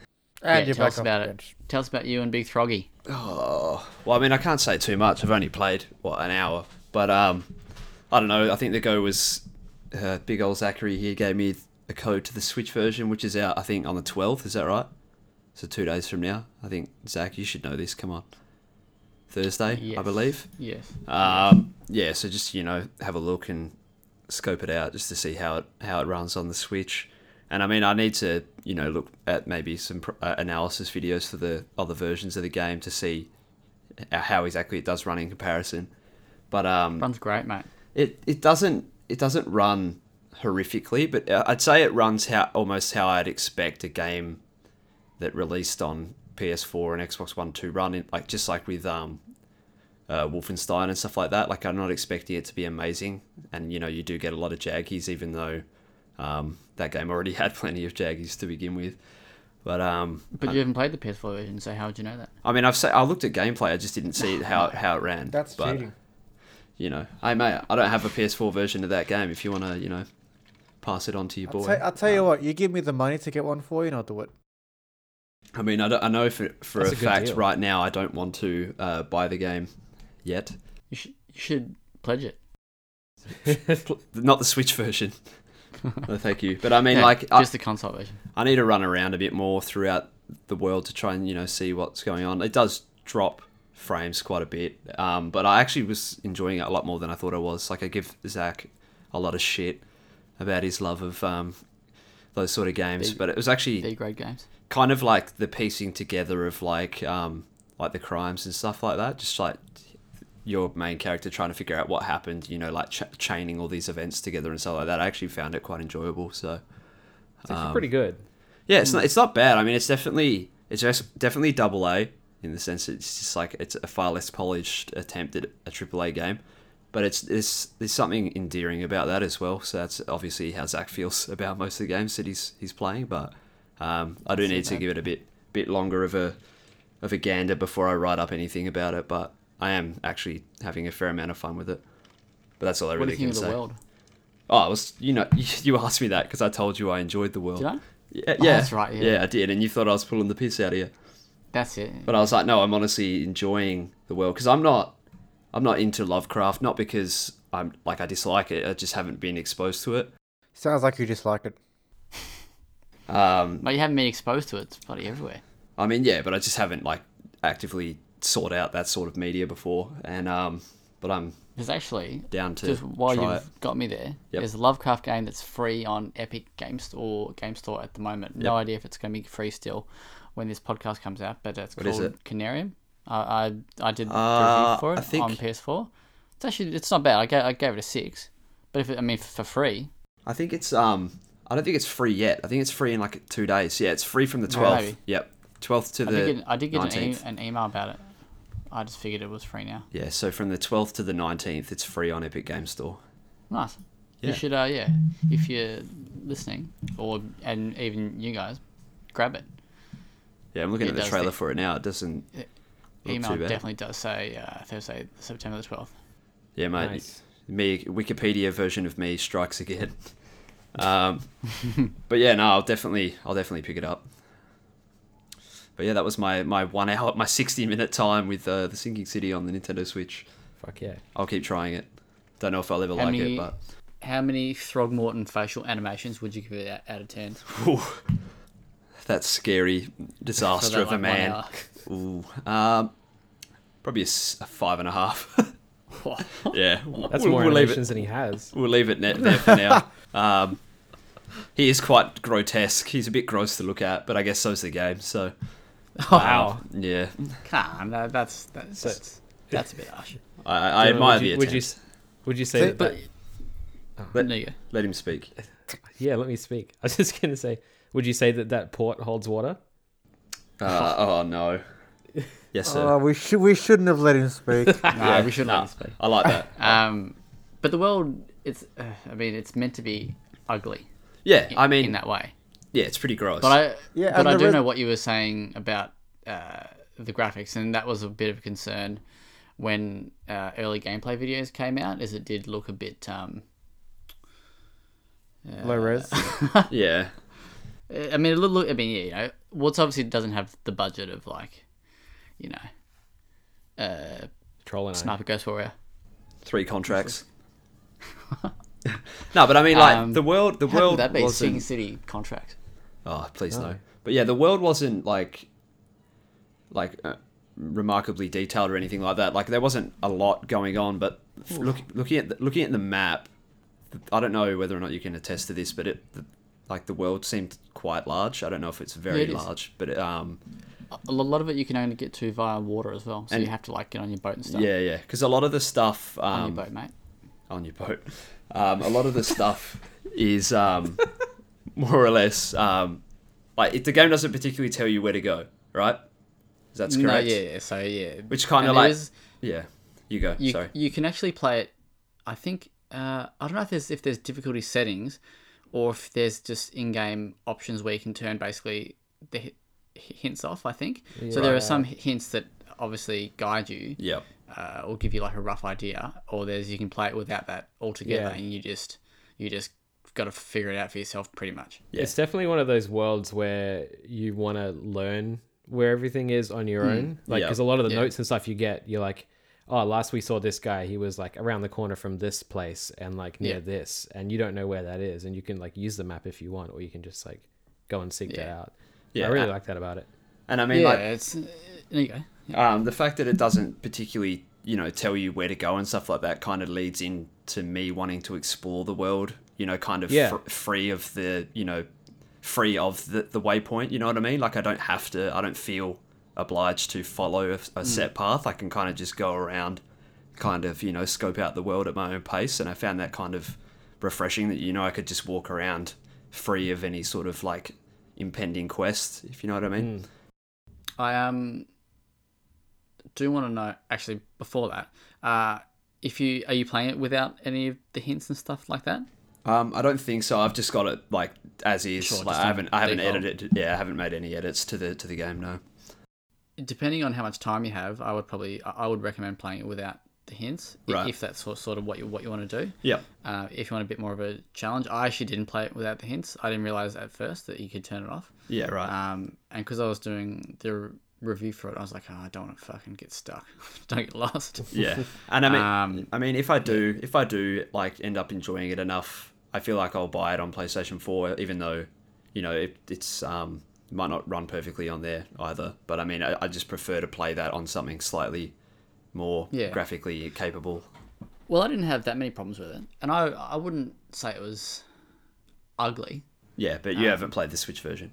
Yeah, And you're tell back us off about the it. bench. Tell us about you and Big Throggy. Oh. Well, I mean, I can't say too much. I've only played what an hour, but um, I don't know. I think the go was uh, big old Zachary. He gave me a code to the Switch version, which is out. I think on the twelfth. Is that right? So two days from now. I think Zach, you should know this. Come on. Thursday, I Yes. believe. Yes. Um, yeah, so just you know, have a look and scope it out just to see how it how it runs on the Switch. And I mean, I need to you know look at maybe some pr- uh, analysis videos for the other versions of the game to see h- how exactly it does run in comparison. But um, Runs great, mate. it it doesn't it doesn't run horrifically, but uh, I'd say it runs how almost how I'd expect a game that released on PS4 and Xbox One to run in like just like with um uh, Wolfenstein and stuff like that. Like I'm not expecting it to be amazing, and you know you do get a lot of jaggies, even though um, that game already <laughs> had plenty of jaggies to begin with. But um, But you haven't played the PS4 version, so how would you know that? I mean, I've say, I looked at gameplay. I just didn't <laughs> see how how it ran. That's but, cheating. You know, hey mate, I don't have a PS4 version of that game. If you want to, you know, pass it on to your boy. I'll, Uh, tell- I'll tell you what, you give me the money to get one for you, and I'll do it. I mean, I, don't, I know for for That's a a good fact deal. right now I don't want to uh, buy the game yet. You should, you should pledge it. <laughs> Not the Switch <laughs> version. No, thank you. But I mean, Yeah, like, I, just the console version. I need to run around a bit more throughout the world to try and you know see what's going on. It does drop frames quite a bit, um, but I actually was enjoying it a lot more than I thought I was. Like I give Zach a lot of shit about his love of um, those sort of games, Big- but it was actually D grade games. kind of like the piecing together of like um like the crimes and stuff like that just like your main character trying to figure out what happened you know like ch- chaining all these events together and stuff like that i actually found it quite enjoyable so It's actually pretty good. yeah Hmm. it's not it's not bad i mean it's definitely it's just definitely double a in the sense it's just like it's a far less polished attempt at a triple a game but it's it's there's something endearing about that as well so that's obviously how zach feels <laughs> about most of the games that he's he's playing but um, I do need to give it a bit bit longer of a of a gander before I write up anything about it, but I am actually having a fair amount of fun with it. But that's all I What do really you think of can the say. world? Oh, I was you know <laughs> you asked me that because I told you I enjoyed the world. Did I? Yeah, Oh, yeah, that's right, yeah. I did, and you thought I was pulling the piss out of you, That's it. but I was like, no, I'm honestly enjoying the world because I'm not I'm not into Lovecraft, not because I'm like I dislike it, I just haven't been exposed to it. Sounds like you just like it. Um, But you haven't been exposed to it. It's bloody everywhere. I mean, yeah, but I just haven't like actively sought out that sort of media before, and um, but I'm Because actually, down to just while try you've it. got me there, Yep. there's a Lovecraft game that's free on Epic Game Store, Game Store at the moment. No idea if it's going to be free still when this podcast comes out, but it's is called it? Canarium. I I, I did the Uh, review for it I think- on PS4. It's actually it's not bad. I gave, I gave it a six, but if it, I mean for free, I think it's um, I don't think it's free yet. I think it's free in like two days. Yeah, it's free from the Oh, twelfth. maybe. Yep, twelfth to I the. did get, I did get an, e- 19th. an email about it. I just figured it was free now. Yeah, so from the twelfth to the nineteenth, it's free on Epic Game Store. Nice. Yeah. You should, uh, yeah, if you're listening, or and even you guys, grab it. Yeah, I'm looking It at the does trailer the- for it now. It doesn't. Not Email too bad. definitely does say uh, Thursday, September the twelfth. Yeah, mate. Nice. Me Wikipedia version of me strikes again. Um, <laughs> but yeah, no, I'll definitely I'll definitely pick it up. But yeah, that was my my one hour my sixty minute time with uh, the Sinking City on the Nintendo Switch. Fuck yeah. I'll keep trying it. Don't know if I'll ever How like many- it, but How many Throgmorton facial animations would you give it out, out of ten? Whew. that scary disaster that, of a like, one <laughs> man. hour. Ooh, um, probably a, s- a five and a half. <laughs> yeah, That's we'll, more we'll leave it. animations than he has. We'll leave it ne- there for now. Um, he is quite grotesque. He's a bit gross to look at, but I guess so's the game. So Oh. Wow. um, yeah, Come on, that, that's that's that's, that's a bit harsh. I, I I Dylan, admire would the you, would you, attempt. s- would you say that, But that- Oh. there you go. Let him speak. Yeah, let me speak. <laughs> I was just gonna say, would you say that that port holds water? Uh, oh no. Yes, sir. Oh, we should we shouldn't have let <laughs> him speak. No, we shouldn't nah, let him speak. I like that. <laughs> Um, but the world, it's uh, I mean, it's meant to be ugly. Yeah, I mean, in that way. yeah, it's pretty gross. But I, Yeah, but and I the do red- know what you were saying about uh, the graphics, and that was a bit of a concern when uh, early gameplay videos came out, as it did look a bit. Um, Low res. yeah, I mean, it look. I mean, yeah, you know, what's obviously doesn't have the budget of like, you know, uh, Troll and I. Sniper Ghost Warrior. three contracts. no, but I mean, like Um, the world, the How world could that be? wasn't. Sing City contract. Oh, please no. No. But yeah, the world wasn't like like uh, remarkably detailed or anything like that. Like there wasn't a lot going on, but f- look, looking at the, looking at the map, th- I don't know whether or not you can attest to this, but it the, like the world seemed quite large. I don't know if it's very it is. large, but it, um A lot of it you can only get to via water as well, so you have to like get on your boat and stuff. yeah, yeah, because a lot of the stuff um, on your boat, mate. on your boat. Um, a lot of the stuff is um, more or less um, like it, the game doesn't particularly tell you where to go, right? That's correct. No, yeah, yeah, so yeah, Which kinda And there like- is- Yeah. You go. you, Sorry. you can actually play it. I think uh, I don't know if there's if there's difficulty settings, or if there's just in-game options where you can turn basically the hi- hints off. I think so. There are some hints that obviously guide you Yep. uh, or give you like a rough idea, or there's you can play it without that altogether, Yeah. and you just you just got to figure it out for yourself, pretty much. Yeah. It's definitely one of those worlds where you want to learn where everything is on your own. Like, Mm. Yeah. because a lot of the Yeah. notes and stuff you get, you're like, oh, last we saw this guy, he was like around the corner from this place and like near Yeah. this, and you don't know where that is, and you can like use the map if you want, or you can just like go and seek that Yeah. out. Yeah, I really a- like that about it. And I mean, yeah, like, it's uh, there you go. Um, the fact that it doesn't particularly, you know, tell you where to go and stuff like that kind of leads into me wanting to explore the world, you know, kind of Yeah. fr- free of the, you know, free of the, the waypoint, you know what I mean? Like, I don't have to, I don't feel obliged to follow a, a set path. I can kind of just go around, kind of, you know, scope out the world at my own pace. And I found that kind of refreshing that, you know, I could just walk around free of any sort of like impending quest, if you know what I Mm. mean. I um do want to know actually before that. Uh, if you are you playing it without any of the hints and stuff like that? Um, I don't think so. I've just got it like as is. Sure, like, just I on haven't, I haven't default. edited. Yeah, I haven't made any edits to the to the game. No. Depending on how much time you have, I would probably I I would recommend playing it without the hints i- Right. if that's sort sort of what you what you want to do. Yep. Uh, if you want a bit more of a challenge, I actually didn't play it without the hints. I didn't realize at first that you could turn it off. Yeah. Right. Um, and because I was doing the re- review for it, I was like, oh, I don't want to fucking get stuck. <laughs> don't get lost. yeah. And I mean, Um, I mean, if I do, if I do like end up enjoying it enough, I feel like I'll buy it on PlayStation Four, even though, you know, it, it's um might not run perfectly on there either. But I mean, I, I just prefer to play that on something slightly more Yeah. graphically capable. Well, I didn't have that many problems with it, and I I wouldn't say it was ugly. Yeah, but you haven't played the Switch version.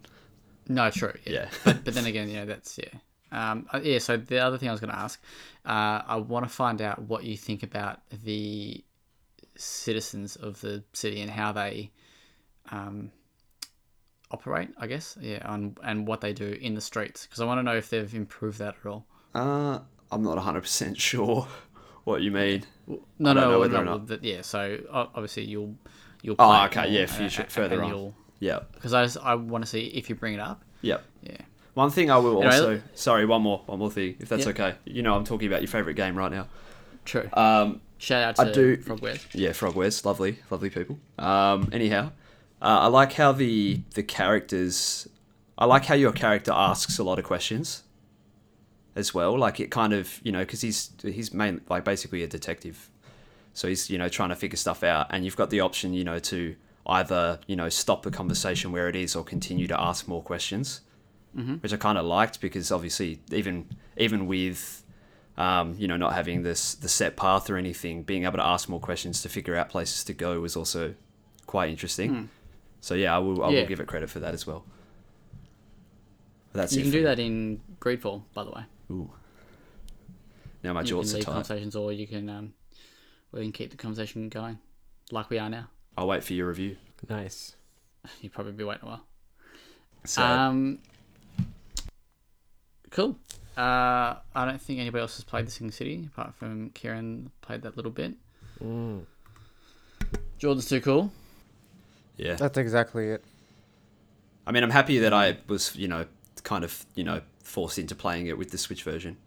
No, true. Yeah. Um, but, but then again, yeah, that's yeah. Um, uh, yeah. So the other thing I was going to ask, uh, I want to find out what you think about the citizens of the city and how they um, operate. I guess yeah, on and what they do in the streets because I want to know if they've improved that at all. <laughs> Uh, I'm not 100 percent sure what you mean. No, don't no, know no, whether no, or not. but yeah. So o- obviously you'll you'll. Oh, play it okay, more yeah, and- future- and- further and on. you'll- Yep. because I, just- I want to see if you bring it up. Yep. Yeah. One thing I will Anyway, also sorry, one more, one more thing, if that's Yeah. okay. You know, I'm talking about your favorite game right now. True. Um, Shout out I to do- Frogwares. yeah, Frogwares, lovely, lovely people. Um, anyhow, uh, I like how the the characters, I like how your character asks a lot of questions, as well. Like it kind of, you know, because he's he's main like basically a detective, so he's you know trying to figure stuff out, and you've got the option, you know, to either you know stop the conversation where it is or continue to ask more questions, which I kind of liked because obviously even even with um, you know, not having this the set path or anything, being able to ask more questions to figure out places to go was also quite interesting. So yeah, I will I Hmm. Yeah. will give it credit for that as well. That's You it can for do me. that in Greedfall, by the way. Ooh. Now my You jaws can are leave tight. conversations, or you can um, we can keep the conversation going, like we are now. <laughs> I'll wait for your review. Nice. You'll probably be waiting a while. So Um, cool. Uh, I don't think anybody else has played The Sing City apart from Kieran played that little bit. Jordan's too cool. yeah, That's exactly it. I mean, I'm happy that I was, you know, kind of, you know, forced into playing it with the Switch version.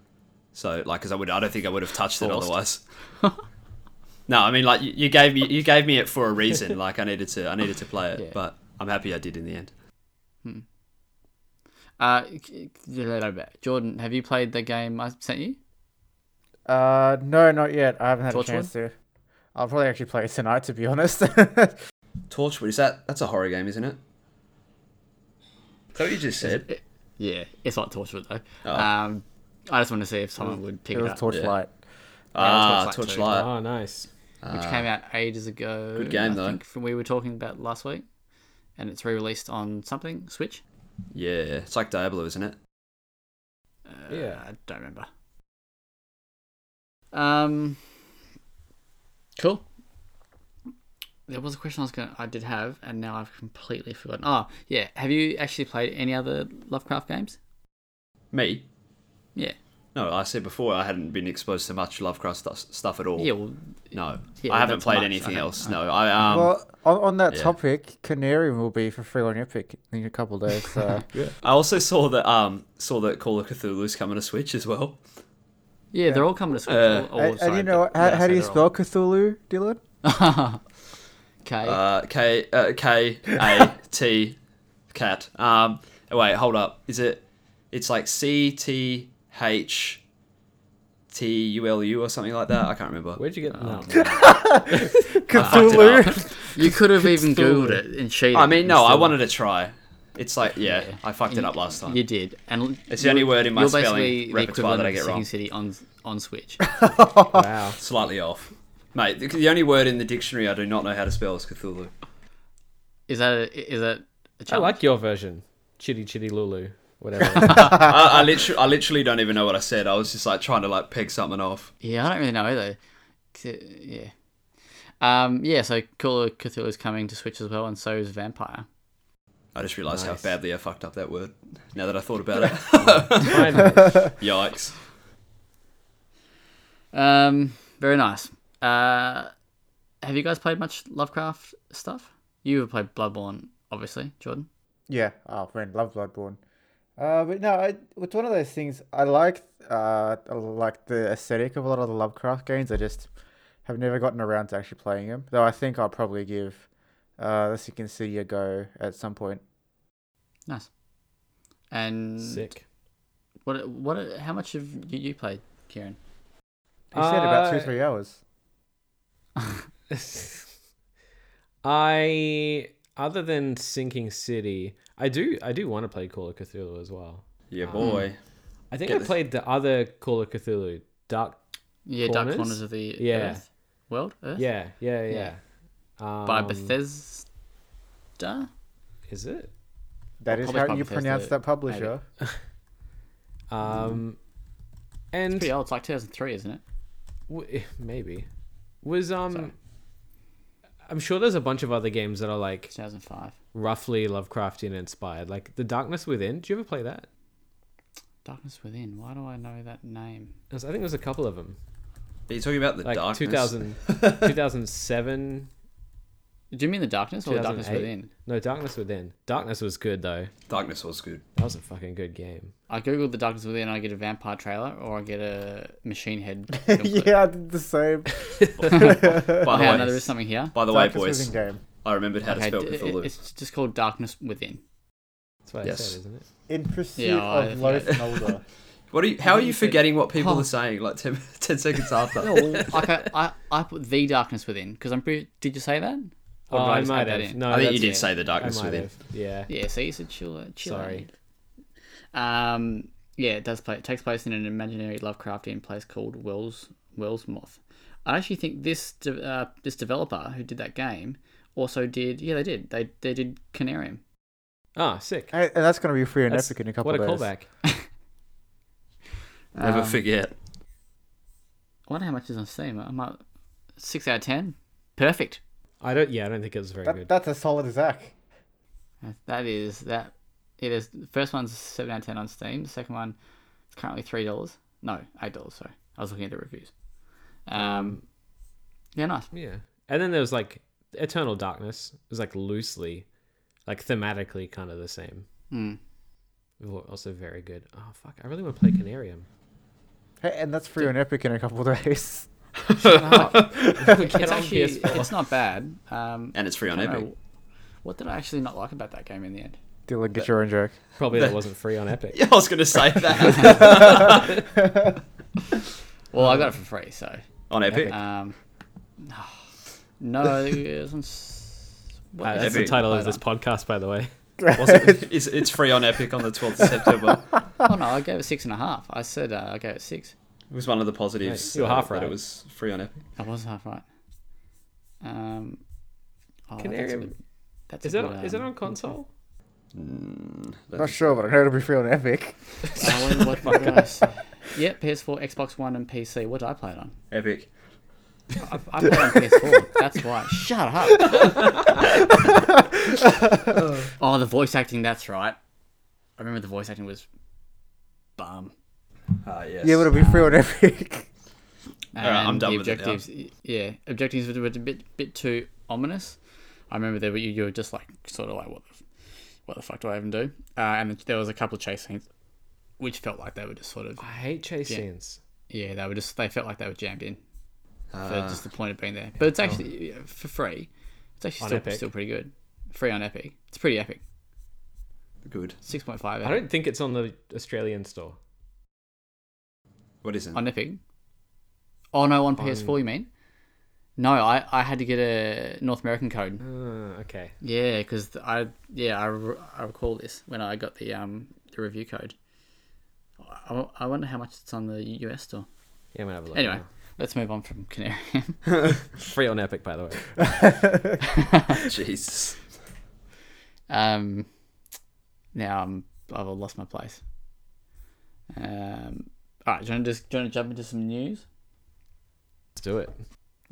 So, like, because I would, I don't think I would have touched it Forced. otherwise. <laughs> no, I mean, like, you, you gave me, you gave me it for a <laughs> reason. Like, I needed to, I needed to play it. Yeah. But I'm happy I did in the end. Uh, k- k- Jordan, have you played the game I sent you? Uh, no, not yet. I haven't had Torchwood? a chance to. I'll probably actually play it tonight, to be honest. <laughs> Torchwood is that? That's a horror game, isn't it? Is that what you just said? Yeah, it's like Torchwood though. Oh. Um, I just want to see if someone would pick it it, was up, Torchlight. Ah, Torchlight too. Torchlight. oh, nice. which came out ages ago. Good game, I though. Think, from we were talking about last week, and it's re-released on something Switch. Yeah, it's like Diablo, isn't it? Uh, Yeah. I don't remember. Um, cool. There was a question I was gonna, I did have, and now I've completely forgotten. Oh, yeah. Have you actually played any other Lovecraft games? Me. Yeah. No, I said before I hadn't been exposed to much Lovecraft stuff, stuff at all. Yeah, well, no, yeah, I haven't that's played much, anything I don't- else. No, I um, well, on, on that yeah. topic, Canarium will be for free on Epic in a couple of <laughs> days. So. I also saw that um, saw that Call of Cthulhu's coming to Switch as well. yeah, they're all coming to Switch. Uh, all, all, and, and sorry, you know, but- how, yeah, I how do you say they're spell all- Cthulhu, Dylan? <laughs> Okay. Uh, K uh, K A T cat. Um, wait, hold up. Is it? It's like C T H T U L U or something like that. I can't remember. Where'd you get uh, <laughs> that? fucked it up. Cthulhu. you could <laughs> have even Cthulhu. googled it and cheated. I mean, and no, I still- wanted to try. It's like, yeah, I fucked it up last time. You did, and It's the only you're- word in my you're spelling basically the repertoire equivalent that I of get Sinking wrong. City on on Switch. Wow. Slightly off, mate. The, the only word in the dictionary I do not know how to spell is Cthulhu. Is that a, is that a I challenge? like your version. Chitty Chitty Lulu. <laughs> Whatever. I, I literally, I literally don't even know what I said. I was just like trying to like peg something off. Yeah, I don't really know either. 'Cause it- Yeah. Um, yeah, so Call of Cthulhu is coming to Switch as well, and so is Vampire. I just realised Nice. how badly I fucked up that word. Now that I thought <laughs> about it, Finally. yikes. Um, very nice. Uh, have you guys played much Lovecraft stuff? You have played Bloodborne, obviously, Jordan. Yeah, oh man, love Bloodborne. Uh, but no, I, it's one of those things. I like, uh, I like the aesthetic of a lot of the Lovecraft games. I just have never gotten around to actually playing them. Though I think I'll probably give, uh, the Second City a go at some point. Nice. And Sick. what? What? How much have you, you played, Kieran? You said about two, Uh, three hours. I other than Sinking City, I do I do want to play Call of Cthulhu as well. Yeah, boy. I think Get I this. played the other Call of Cthulhu. Dark. Yeah, Dark Corners? Corners of the Yeah. Earth, World Earth Yeah, yeah, Yeah. yeah. Um, by Bethesda. Is it? That is probably how can't you be fair to pronounce it, that publisher. <laughs> Um, and Pretty old. It's like 2003, isn't it? w- <laughs> maybe was um. I'm sure there's a bunch of other games that are like 2005. roughly Lovecraftian inspired, like The Darkness Within. Did you ever play that? Darkness Within. Why do I know that name? There's- I think there's a couple of them, Are you talking about the like darkness? <laughs> 2000, 2007. Do you mean the darkness or the darkness 2008? within? No, Darkness Within. Darkness was good though. Darkness was good. That was a fucking good game. I googled the darkness within, and I get a vampire trailer, or I get a machine <laughs> head. film clip. yeah, I did the same. By the Hey, I way, know there is something here. by the way, Darkest Within boys, game. I remembered how to Okay, spell d- Cthulhu. it- it's just called darkness <laughs> within. That's what I Yes. said, isn't it? In pursuit Yeah, I- of Loth Nolda. What are you? How are you you said- forgetting what people Oh. Huh. are saying? Like <laughs> 10, 10 seconds <laughs> after. like I, I, I put the darkness within because I'm pretty. Did you say that? Oh, Or did I just might add that have. in? No, I think you that's did it. say the darkness I might within. have. Yeah. Yeah, so you said chill, out, chill. out. Sorry. Um, yeah, it does play. It takes place in an imaginary Lovecraftian place called Wells Wells Moth. I actually think this de- uh, this developer who did that game also did. Yeah, they did. They they did Canarium. Ah, sick. And, and that's going to be free on That's- Epic in a couple What a of days. callback. Oh. Never forget. Um, I wonder how much is on Steam. I'm like six out of ten. Perfect. I don't. Yeah, I don't think it was very That, good. that's a solid Zach. That is that. It is. The first one's seven out of ten on Steam. The second one is currently three dollars. No, eight dollars. Sorry, I was looking at the reviews. Um, yeah, nice. Yeah. And then there was like Eternal Darkness. It was like loosely, like thematically, kind of the same. Mm. Wa- Also very good. Oh fuck! I really want to play Canarium. Hey, and that's free on Epic in a couple <laughs> of days. it's on actually PS4. it's not bad. Um, And it's free on I don't Epic. know, what did I actually not like about that game in the end? Dylan, get your own joke. Probably <laughs> that wasn't free on Epic. <laughs> Yeah, I was going to <laughs> say that Well, I got it Um, for free, so on Epic. um, <sighs> no, it's on. s- What, Uh, is that's it? the title of Hold this podcast, by the way. Wasn't <laughs> it? It's, it's free on Epic on the twelfth of September. on. Oh no, I gave it six and a half. I said uh, I gave it six. It was one of the positives. Mate, you were uh, half that right. It was free on Epic. I was half right. Um, oh, that's a Canarium. good- that's a Is it? good, on- Is it um, on console? Not sure, but I know it'll be free on Epic. <laughs> uh, what, <laughs> what, what did I say? Yeah, PS4, Xbox One, and PC. What did I play it on? Epic. I, I play on PS4. That's why. Shut up. <laughs> oh, the voice acting. That's right. I remember the voice acting was bum. Ah, yes. Yeah, but it'll be free on Epic. All right, I'm and done the with it now. objectives. yeah, objectives were a bit bit too ominous. I remember there were you, you were just like sort of like what the what the fuck do I even do? Uh, and there was a couple of chase scenes, which felt like they were just sort of I hate chase Yeah. scenes. yeah they were just they felt like they were jammed in Ah, for Ah. just the point of being there. But it's actually yeah, for free. It's actually Oh. On still, Epic. still pretty good. Free on Epic. It's pretty epic. Good. Six point five I don't think it's on the Australian store. What is it? <laughs> on Epic. Oh no, on PS4 you mean? No, I, I had to get a North American code. Uh, okay. Yeah, because I yeah I, re- I recall this when I got the um the review code. I, w- I wonder how much it's on the US store. Yeah, I'm gonna have a look. Anyway, now. let's move on from <laughs> Canarian. <laughs> free on Epic, by the way. Jesus. um, now I'm I've lost my place. Um, all right, do you want to just do you want to jump into some news? Let's do it.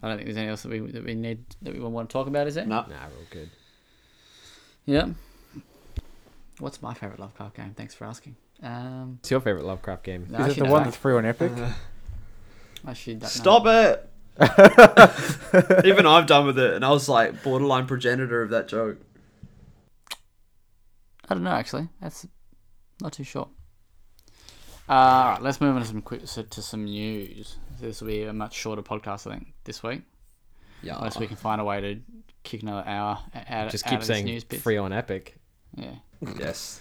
I don't think there's anything else that we that we need that we want to talk about, is there? No. Nah, we're all good. Yeah. What's my favorite Lovecraft game? Thanks for asking. Um, What's your favorite Lovecraft game? no, <laughs> Is it actually the no, one I- that's free on Epic? I should don't know. Stop it! Even I'm done with it, and I was like borderline progenitor of that joke. I don't know actually. That's not too sure. Uh, all right, let's move on to some quick so, to some news. This will be a much shorter podcast, I think, this week, Yeah. unless we can find a way to kick another hour o- out. Just out keep of this saying news bit. free on Epic. Yeah, Yes.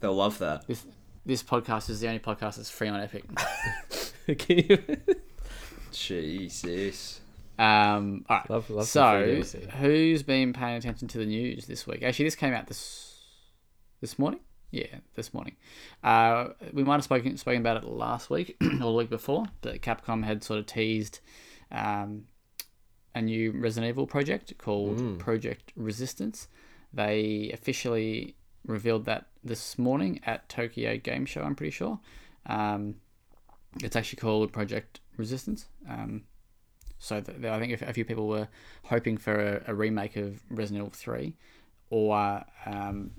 They'll love that. this this podcast is the only podcast that's free on Epic. Can you- Jesus. Um, all right. Love- love some free so, DLC. who's been paying attention to the news this week? Actually, this came out this this morning. Yeah, this morning. Uh, we might have spoken spoken about it last week <clears throat> or the week before. That Capcom had sort of teased um, a new Resident Evil project called Mm. Project Resistance. They officially revealed that this morning at Tokyo Game Show. I'm pretty sure. Um, it's actually called Project Resistance. Um, so th- th- I think if a few people were hoping for a, a remake of Resident Evil 3 or um,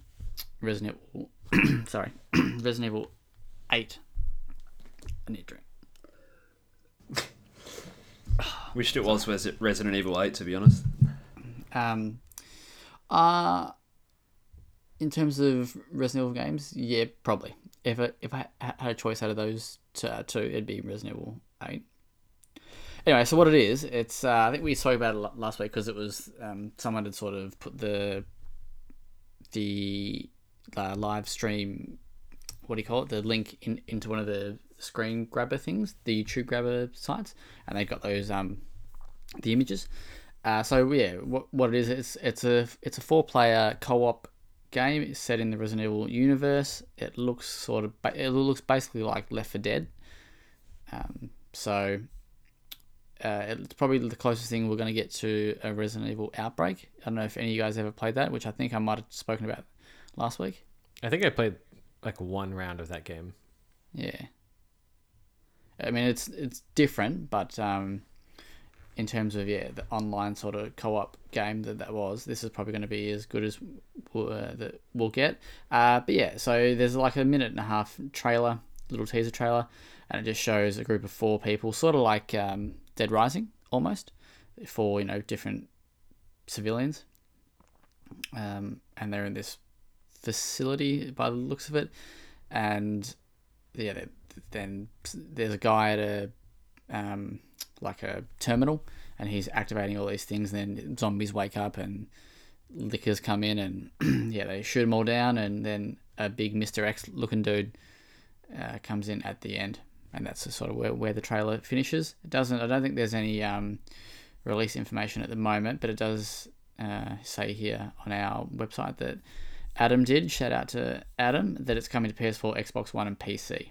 Resident Evil, <coughs> sorry, Resident Evil 8. I need a drink. Wished it was Res- Resident Evil 8, to be honest. Um, uh, in terms of Resident Evil games, yeah, probably. If I, if I ha- had a choice out of those t- uh, two, it'd be Resident Evil 8. Anyway, so what it is, it's uh, I think we spoke about it l- last week because it was um, someone had sort of put the the uh, live stream, what do you call it, the link in, into one of the screen grabber things, the YouTube grabber sites, and they got those um, the images. Uh, so yeah, what, what it is, it's it's a it's a four player co op game. It's set in the Resident Evil universe. It looks sort of ba- it looks basically like Left for Dead. Um, so uh, it's probably the closest thing we're going to get to a Resident Evil Outbreak. I don't know if any of you guys ever played that, which I think I might have spoken about last week. I think I played like one round of that game. Yeah. I mean, it's it's different, but um, in terms of yeah, the online sort of co-op game that that was, this is probably going to be as good as uh, that we'll get. Uh, but yeah, so there's like a minute and a half trailer, little teaser trailer, and it just shows a group of four people, sort of like um, Dead Rising almost, for you know different civilians, um, and they're in this facility by the looks of it, and yeah, th- then there's a guy at a um, like a terminal, and he's activating all these things. And then zombies wake up, and lickers come in, and <clears throat> yeah, they shoot them all down. And then a big Mister X looking dude uh, comes in at the end, and that's the sort of where, where the trailer finishes. It doesn't. I don't think there's any um, release information at the moment, but it does uh, say here on our website that Adam did. Shout out to Adam that it's coming to PS4, Xbox One, and PC.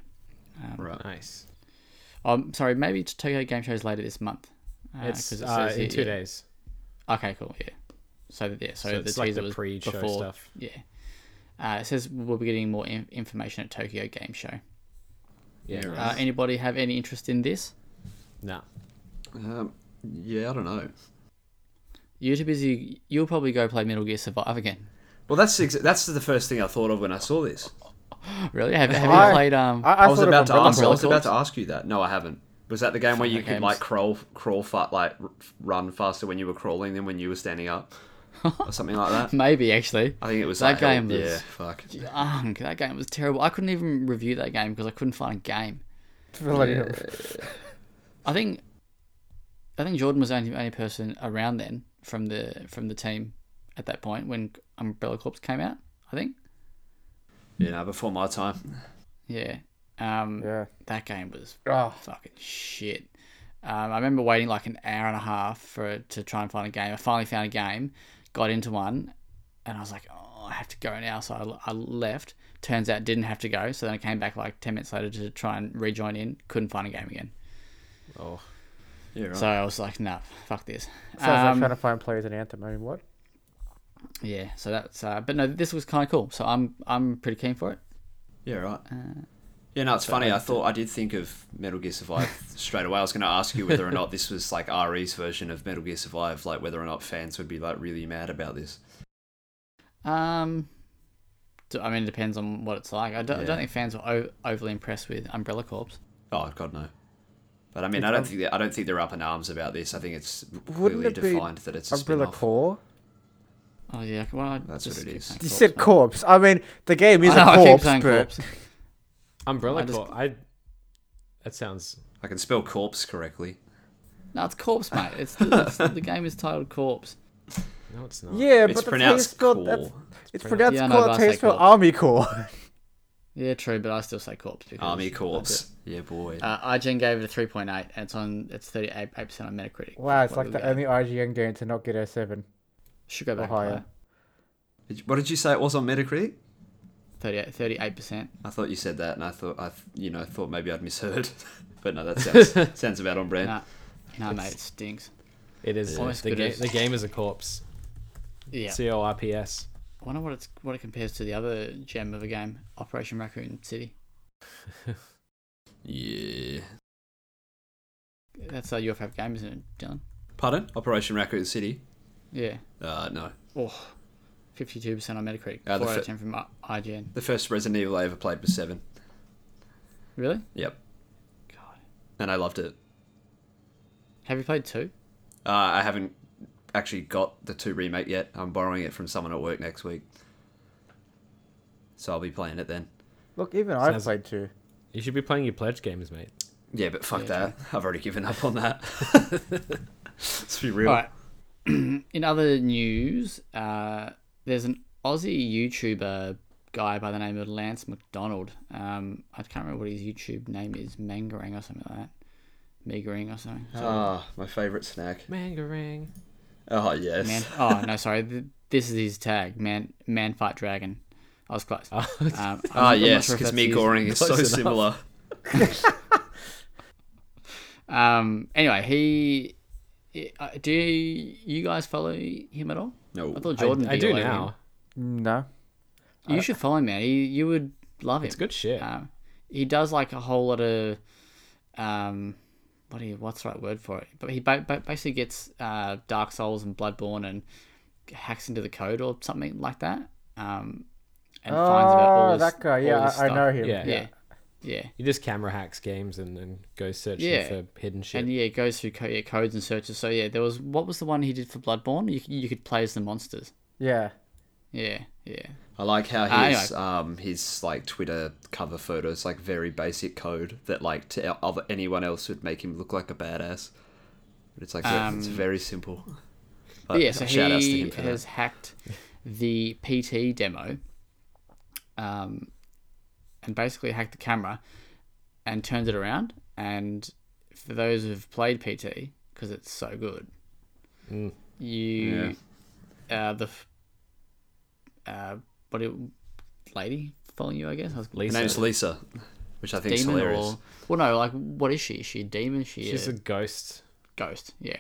Right. Nice. Um, sorry, maybe to Tokyo Game Show is later this month. Uh, It's 'cause it uh, says in here- two days. Okay, cool. Yeah. So yeah, so, So the it's teaser like the was pre-show before, stuff. Yeah. Uh, it says we'll be getting more in- information at Tokyo Game Show. Yeah. right. Uh, anybody have any interest in this? Nah. Um, yeah, I don't know. You're too busy. You'll probably go play Metal Gear Survive <laughs> again. Well, that's ex- that's the first thing I thought of when I saw this. really? Have, have you I- played? Um, I, I, I, was thought about to about ask. I Umbrella was about Corps? to ask you that. No, I haven't. Was that the game where you Fucking could like crawl, crawl, fa- like r- run faster when you were crawling than when you were <laughs> standing up, or something like that? maybe actually. I think it was That like, game was- Yeah, fuck. Ugh, that game was terrible. I couldn't even review that game because I couldn't find a game. <laughs> I think, I think Jordan was the only, only person around then from the from the team at that point when Umbrella Corps came out. I think. You know, before my time. Yeah. Um, Yeah. That game was Oh, fucking shit. Um, I remember waiting like an hour and a half for it to try and find a game. I finally found a game, got into one, and I was like, oh, I have to go now. So I, I left. Turns out didn't have to go. So then I came back like 10 minutes later to try and rejoin in. Couldn't find a game again. Oh, Yeah, right. So I was like, nah, fuck this. sounds like Um, trying to find players in Anthem. I mean, what? yeah, so that's, uh, but no, this was kind of cool. So I'm, I'm pretty keen for it. yeah, right. uh, yeah, no, it's funny. I thought I did think of Metal <laughs> Gear Survive straight away. I was going to ask you whether or not this was like RE's version of Metal Gear Survive, like whether or not fans would be like really mad about this. Um, d- I mean, it depends on what it's like. I don't, I Yeah. don't think fans were o- overly impressed with Umbrella Corps. Oh God, no. But I mean, I don't think I don't think they're up in arms about this. I think it's Wouldn't clearly it be defined that it's a Umbrella spin-off. Corps? Oh yeah, well, I That's just what it keep is. saying You corpse, said mate. corpse. I mean, the game is I know, a I keep corpse, saying but corpse. Umbrella I just- Corps. I. That sounds. I can spell corpse correctly. No, it's corpse, mate. It's, it's the game is titled corpse. No, it's <laughs> not. it's yeah, but that's how you pronounced spell. core. That's, it's pronounced pronounced- Yeah, I know, corps. but I That's how you say spell corpse. <laughs> Army Corps. Yeah, true, but I still say corpse because Army I do it. corpse. Yeah, boy. Uh, IGN gave it a three point eight, and it's on it's thirty eight percent on Metacritic. Wow, it's What like we the gave. only IGN game to not get a seven. should go back or higher. higher. Did you- what did you say it was on Metacritic? 38 percent. I thought you said that, and I thought I, th- you know, thought maybe I'd misheard. <laughs> but no, that <laughs> sounds sounds about on brand. Nah, nah, mate, it stinks. It is. Almost The, good ga- as- the game is a corpse. Yeah, C O R P S. <laughs> I wonder what it's what it compares to the other gem of a game, Operation Raccoon City. Yeah. That's uh, your favorite game, isn't it, Dylan? Pardon? Operation Raccoon City. Yeah, Uh, no. oh, 52 percent on Metacritic, Uh, the four out fi- of ten from I- IGN. The first Resident Evil I ever played was seven. Really? Yep, God, and I loved it. have you played two? Uh, I haven't actually got the two remake yet. I'm borrowing it from someone at work next week, so I'll be playing it then. Look, even I've Sounds- played two. You should be playing your pledge games, mate. Yeah, but fuck Yeah, that. I've already given up on that. <laughs> Let's be real. All right. <clears throat> In other news, uh, there's an Aussie YouTuber guy by the name of Lance McDonald. Um, I can't remember what his YouTube name is, Mangarang or something like that. Meagering or something. Ah, my favourite snack. Mangarang. Oh yes. <laughs> Man, oh no, sorry. Th- This is his tag, man. Man fight dragon. I was <laughs> close. Oh, Um, I'm- I'm Ah not yes, sure if because that's me his- goring <laughs> is so Close enough. similar. Um. Anyway, he. uh, Do you guys follow him at all? No. I thought Jordan. I, I did do all over him. now. No. You should follow him, man. You, you would love him. It's good shit. Um, he does like a whole lot of, um, what do you, what's the right word for it? But he ba- ba- basically gets uh, Dark Souls and Bloodborne and hacks into the code or something like that. Um, and finds about all Oh, this, that guy. all Yeah, this I, I stuff. know him. Yeah. Yeah, yeah, He just camera hacks games and then goes searching Yeah. for hidden shit. and yeah, it goes through co- yeah, codes and searches. So yeah, there was what was the one he did for Bloodborne? You c- you could play as the monsters. Yeah. Yeah, yeah. I like how Ah, his anyway. um his like Twitter cover photo is like very basic code that like to other anyone else would make him look like a badass. But it's like ve- it's Um, very simple. But yeah, so shout outs to he him for that. has hacked the PT demo, um, and basically hacked the camera and turned it around. And for those who've played PT, because it's so good, Mm. you uh, the f- uh, what do- lady following you, I guess. I was Her Lisa. name's Lisa, which I think is demon hilarious. or well, no, like what is she? Is she a demon? Is She She's a a ghost. ghost. Yeah.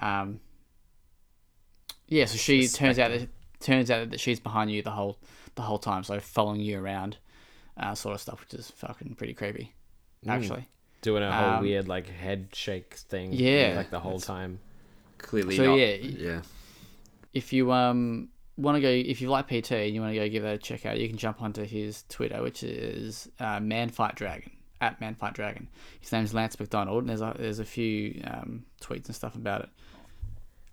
Um, yeah. So she turns out that turns out that she's behind you the whole the whole time, so following you around, uh, sort of stuff, which is fucking pretty creepy, Hmm. actually. Doing a whole Um, weird like head shake thing. Yeah. Like the whole time. Clearly So not. yeah, yeah. If you um want to go, if you like PT and you want to go give that a check out, you can jump onto his Twitter, which is uh, manfightdragon at manfightdragon. His name's Lance McDonald, and there's a, there's a few um, tweets and stuff about it.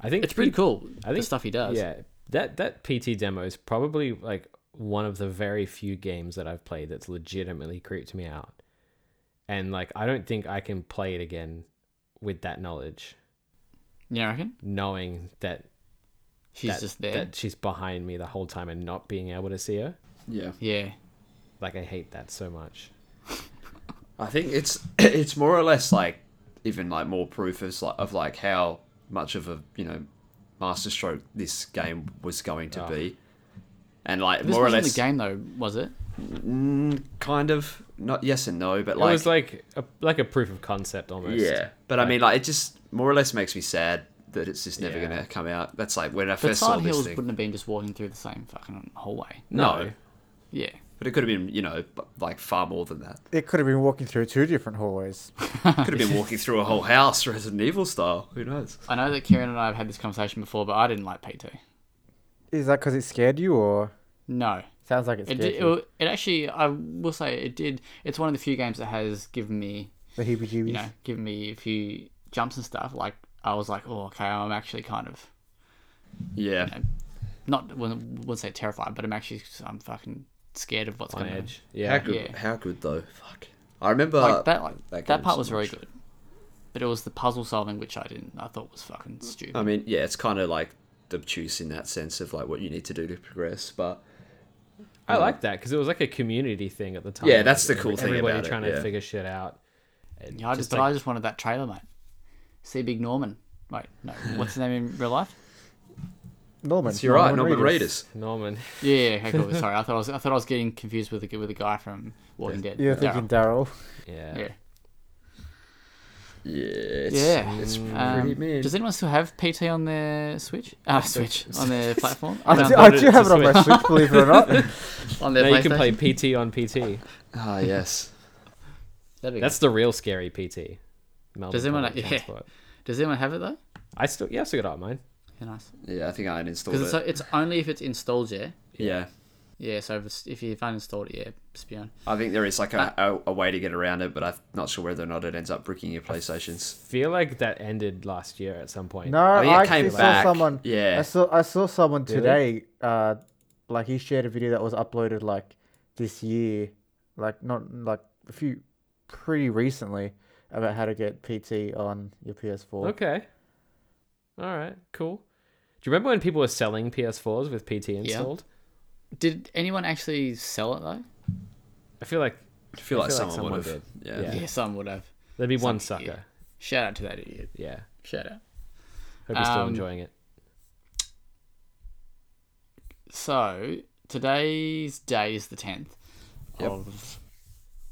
I think It's pretty cool. I think the stuff he does. Yeah, that that PT demo is probably like one of the very few games that I've played that's legitimately creeped me out, and like I don't think I can play it again with that knowledge, you reckon? knowing that She's that, just there. that she's behind me the whole time and not being able to see her. Yeah. yeah, Like I hate that so much. I think it's <clears throat> it's more or less like even like more proof of like, of like how much of a you know masterstroke this game was going to Ah. be, and like this more or wasn't less the game though, was it? Mm, kind of not yes and no, but it like was like a like a proof of concept almost. yeah. But I mean like it just more or less makes me sad that it's just never Yeah. gonna come out. That's like when I The first saw Silent this Hills thing. wouldn't have been just walking through the same fucking hallway. No, No. Yeah, but it could have been you know b- like far more than <laughs> that. It could have been walking through two different hallways. Could have been walking through a whole house, <laughs> Resident Evil style. Who knows? I know that Kieran and I have had this conversation before, but I didn't like PT. Is that because it scared you, or No, sounds like it it scared did, you? it, it actually I will say it did. It's one of the few games that has given me The heebie-jeebies. you know given me a few jumps and stuff. Like I was like, oh okay, I'm actually kind of Yeah. not wouldn't wouldn't say terrified, but I'm actually I'm fucking scared of what's on going to edge. Yeah, How good? Yeah. How good though? Fuck. I remember like that like that that, game part so was very much. good but it was the puzzle solving which i didn't i thought was fucking stupid I mean, yeah, it's kind of like obtuse in that sense of like what you need to do to progress, but I like that because it was like a community thing at the time. Yeah, that's Like, the cool every- thing Everybody about it, trying to yeah. figure shit out. And yeah, I just, like, but I just wanted that trailer mate see big norman wait no what's his name in real life Norman. you're right, Norman Reedus. Norman. <laughs> yeah, yeah okay, cool. sorry i thought i was i thought i was getting confused with the, with the guy from walking dead You're Daryl. <laughs> thinking Daryl. Yeah. yeah, Yeah, it's, Yeah. it's pretty Um, mean. does anyone still have pt on their switch uh switch on <laughs> their platform I, No, do, I do have it on my Switch, believe it <laughs> or not. on Now their you can PlayStation? play PT on PT. Ah, yes. That'd be That's the real scary PT. Melbourne Does anyone- Public yeah. Transport. good. does anyone have it though I still yeah, I still got it on mine. yeah nice Yeah, I think I uninstalled because it's, it. it's only if it's installed yeah yeah. yeah so if, it's, if you've uninstalled it yeah spion I think there is like a, Uh, a, a way to get around it, but I'm not sure whether or not it ends up bricking your PlayStations. Feel like that ended last year at some point. No, Oh, yeah, I it came actually back. saw someone. Yeah. I saw I saw someone today. Uh, like he shared a video that was uploaded like this year, like not like a few, pretty recently about how to get PT on your PS4. Okay. All right. Cool. Do you remember when people were selling PS4s with PT installed? Did anyone actually sell it though? I feel like I feel like someone, would have. did. Yeah. Yeah. Yeah, some would have. there'd be one Some- yeah. sucker. Shout out to that idiot. Yeah. Shout out. Hope you're still Um, enjoying it. So today's day is the tenth of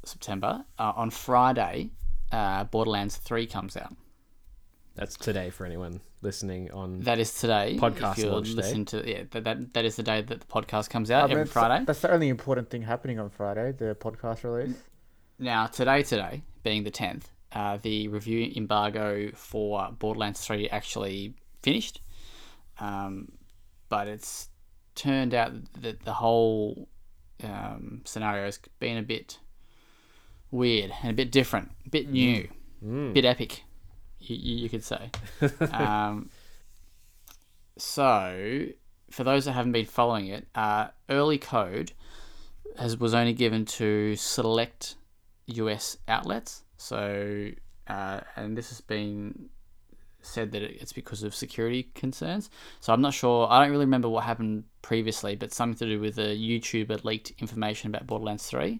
September. Uh, on Friday, uh, Borderlands Three comes out. That's today for anyone listening on. That is today. Podcast If you're launch day. listening to yeah, that, that that is the day that the podcast comes out I mean, every it's- Friday. That's the only important thing happening on Friday, the podcast release. Now today, today being the tenth, uh, the review embargo for Borderlands Three actually finished, um, but it's turned out that the whole um, scenario has been a bit weird and a bit different, a bit new, a bit epic, you, you you could say. um, so, for those that haven't been following it, uh, early code has was only given to select US outlets. So, uh, and this has been said that it- it's because of security concerns. So I'm not sure. I don't really remember what happened previously, but something to do with a YouTuber leaked information about Borderlands Three,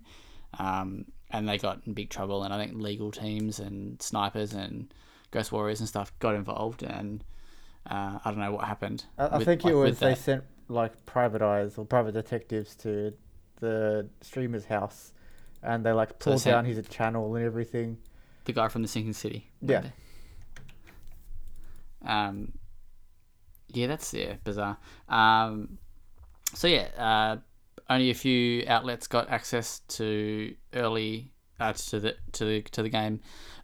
um, and they got in big trouble. And I think legal teams and snipers and Ghost Warriors and stuff got involved. And uh, I don't know what happened. I, I with- think it like, with was they that. sent like private eyes or private detectives to the streamer's house, and they So like they pulled sent- down his channel and everything. the guy from the sinking city. Yeah. right there. Um, yeah, that's yeah bizarre. Um, so yeah, uh, only a few outlets got access to early uh, to the to the to the game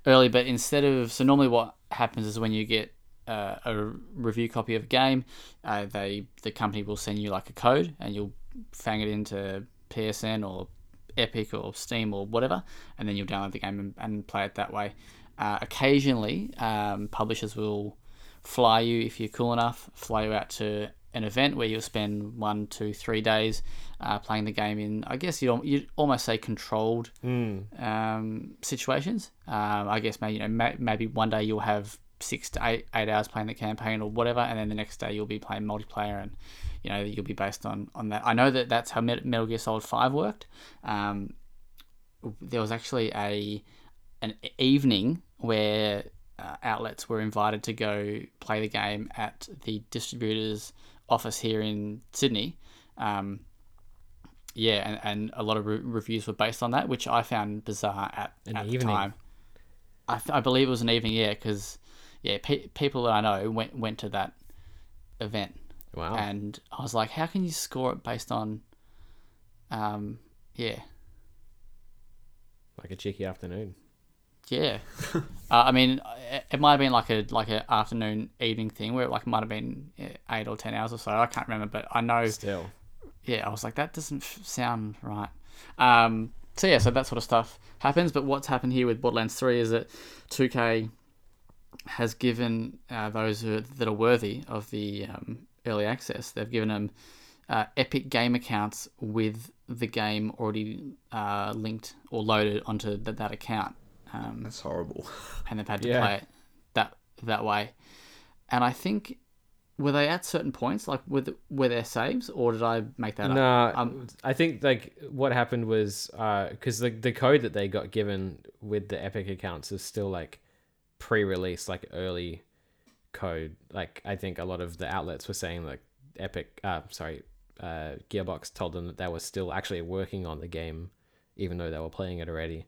early, but instead of so normally what happens is when you get uh, a review copy of a game, uh, they the company will send you like a code, and you'll fang it into PSN or Epic or Steam or whatever, and then you'll download the game and, and play it that way. Uh, occasionally, um, publishers will fly you if you're cool enough, fly you out to an event where you'll spend one, two, three days uh, playing the game in, I guess you'd, al- you'd almost say controlled um, situations. Um, I guess maybe you know may, maybe one day you'll have six to eight eight hours playing the campaign or whatever, and then the next day you'll be playing multiplayer, and you know you'll be based on on that. I know that that's how Met- Metal Gear Solid Five worked. Um, there was actually a an evening where uh, outlets were invited to go play the game at the distributor's office here in Sydney. Um, yeah, and, and a lot of re- reviews were based on that, which I found bizarre at, An at the evening. time. I, th- I believe it was an evening, yeah, because yeah, pe- people that I know went went to that event, Wow. and I was like, how can you score it based on, um, yeah, like a cheeky afternoon. Yeah, uh, I mean, it- it might have been like a like an afternoon evening thing where it like might have been eh, eight or ten hours or so. I can't remember, but I know. Still. Yeah, I was like, that doesn't f- sound right. Um, so yeah, so that sort of stuff happens. But what's happened here with Borderlands Three is that 2K has given uh, those who, that are worthy of the um, early access, they've given them uh, Epic Game accounts with the game already uh, linked or loaded onto th- that account. Um, That's horrible. and they've had to Yeah. play it that that way. And I think were they at certain points, like were the, were there saves, or did I make that up? Nah, Um, uh, I think like what happened was because the the code that they got given with the Epic accounts is still like pre-release, like early code. Like I think a lot of the outlets were saying like Epic, uh, sorry, uh, Gearbox told them that they were still actually working on the game, even though they were playing it already.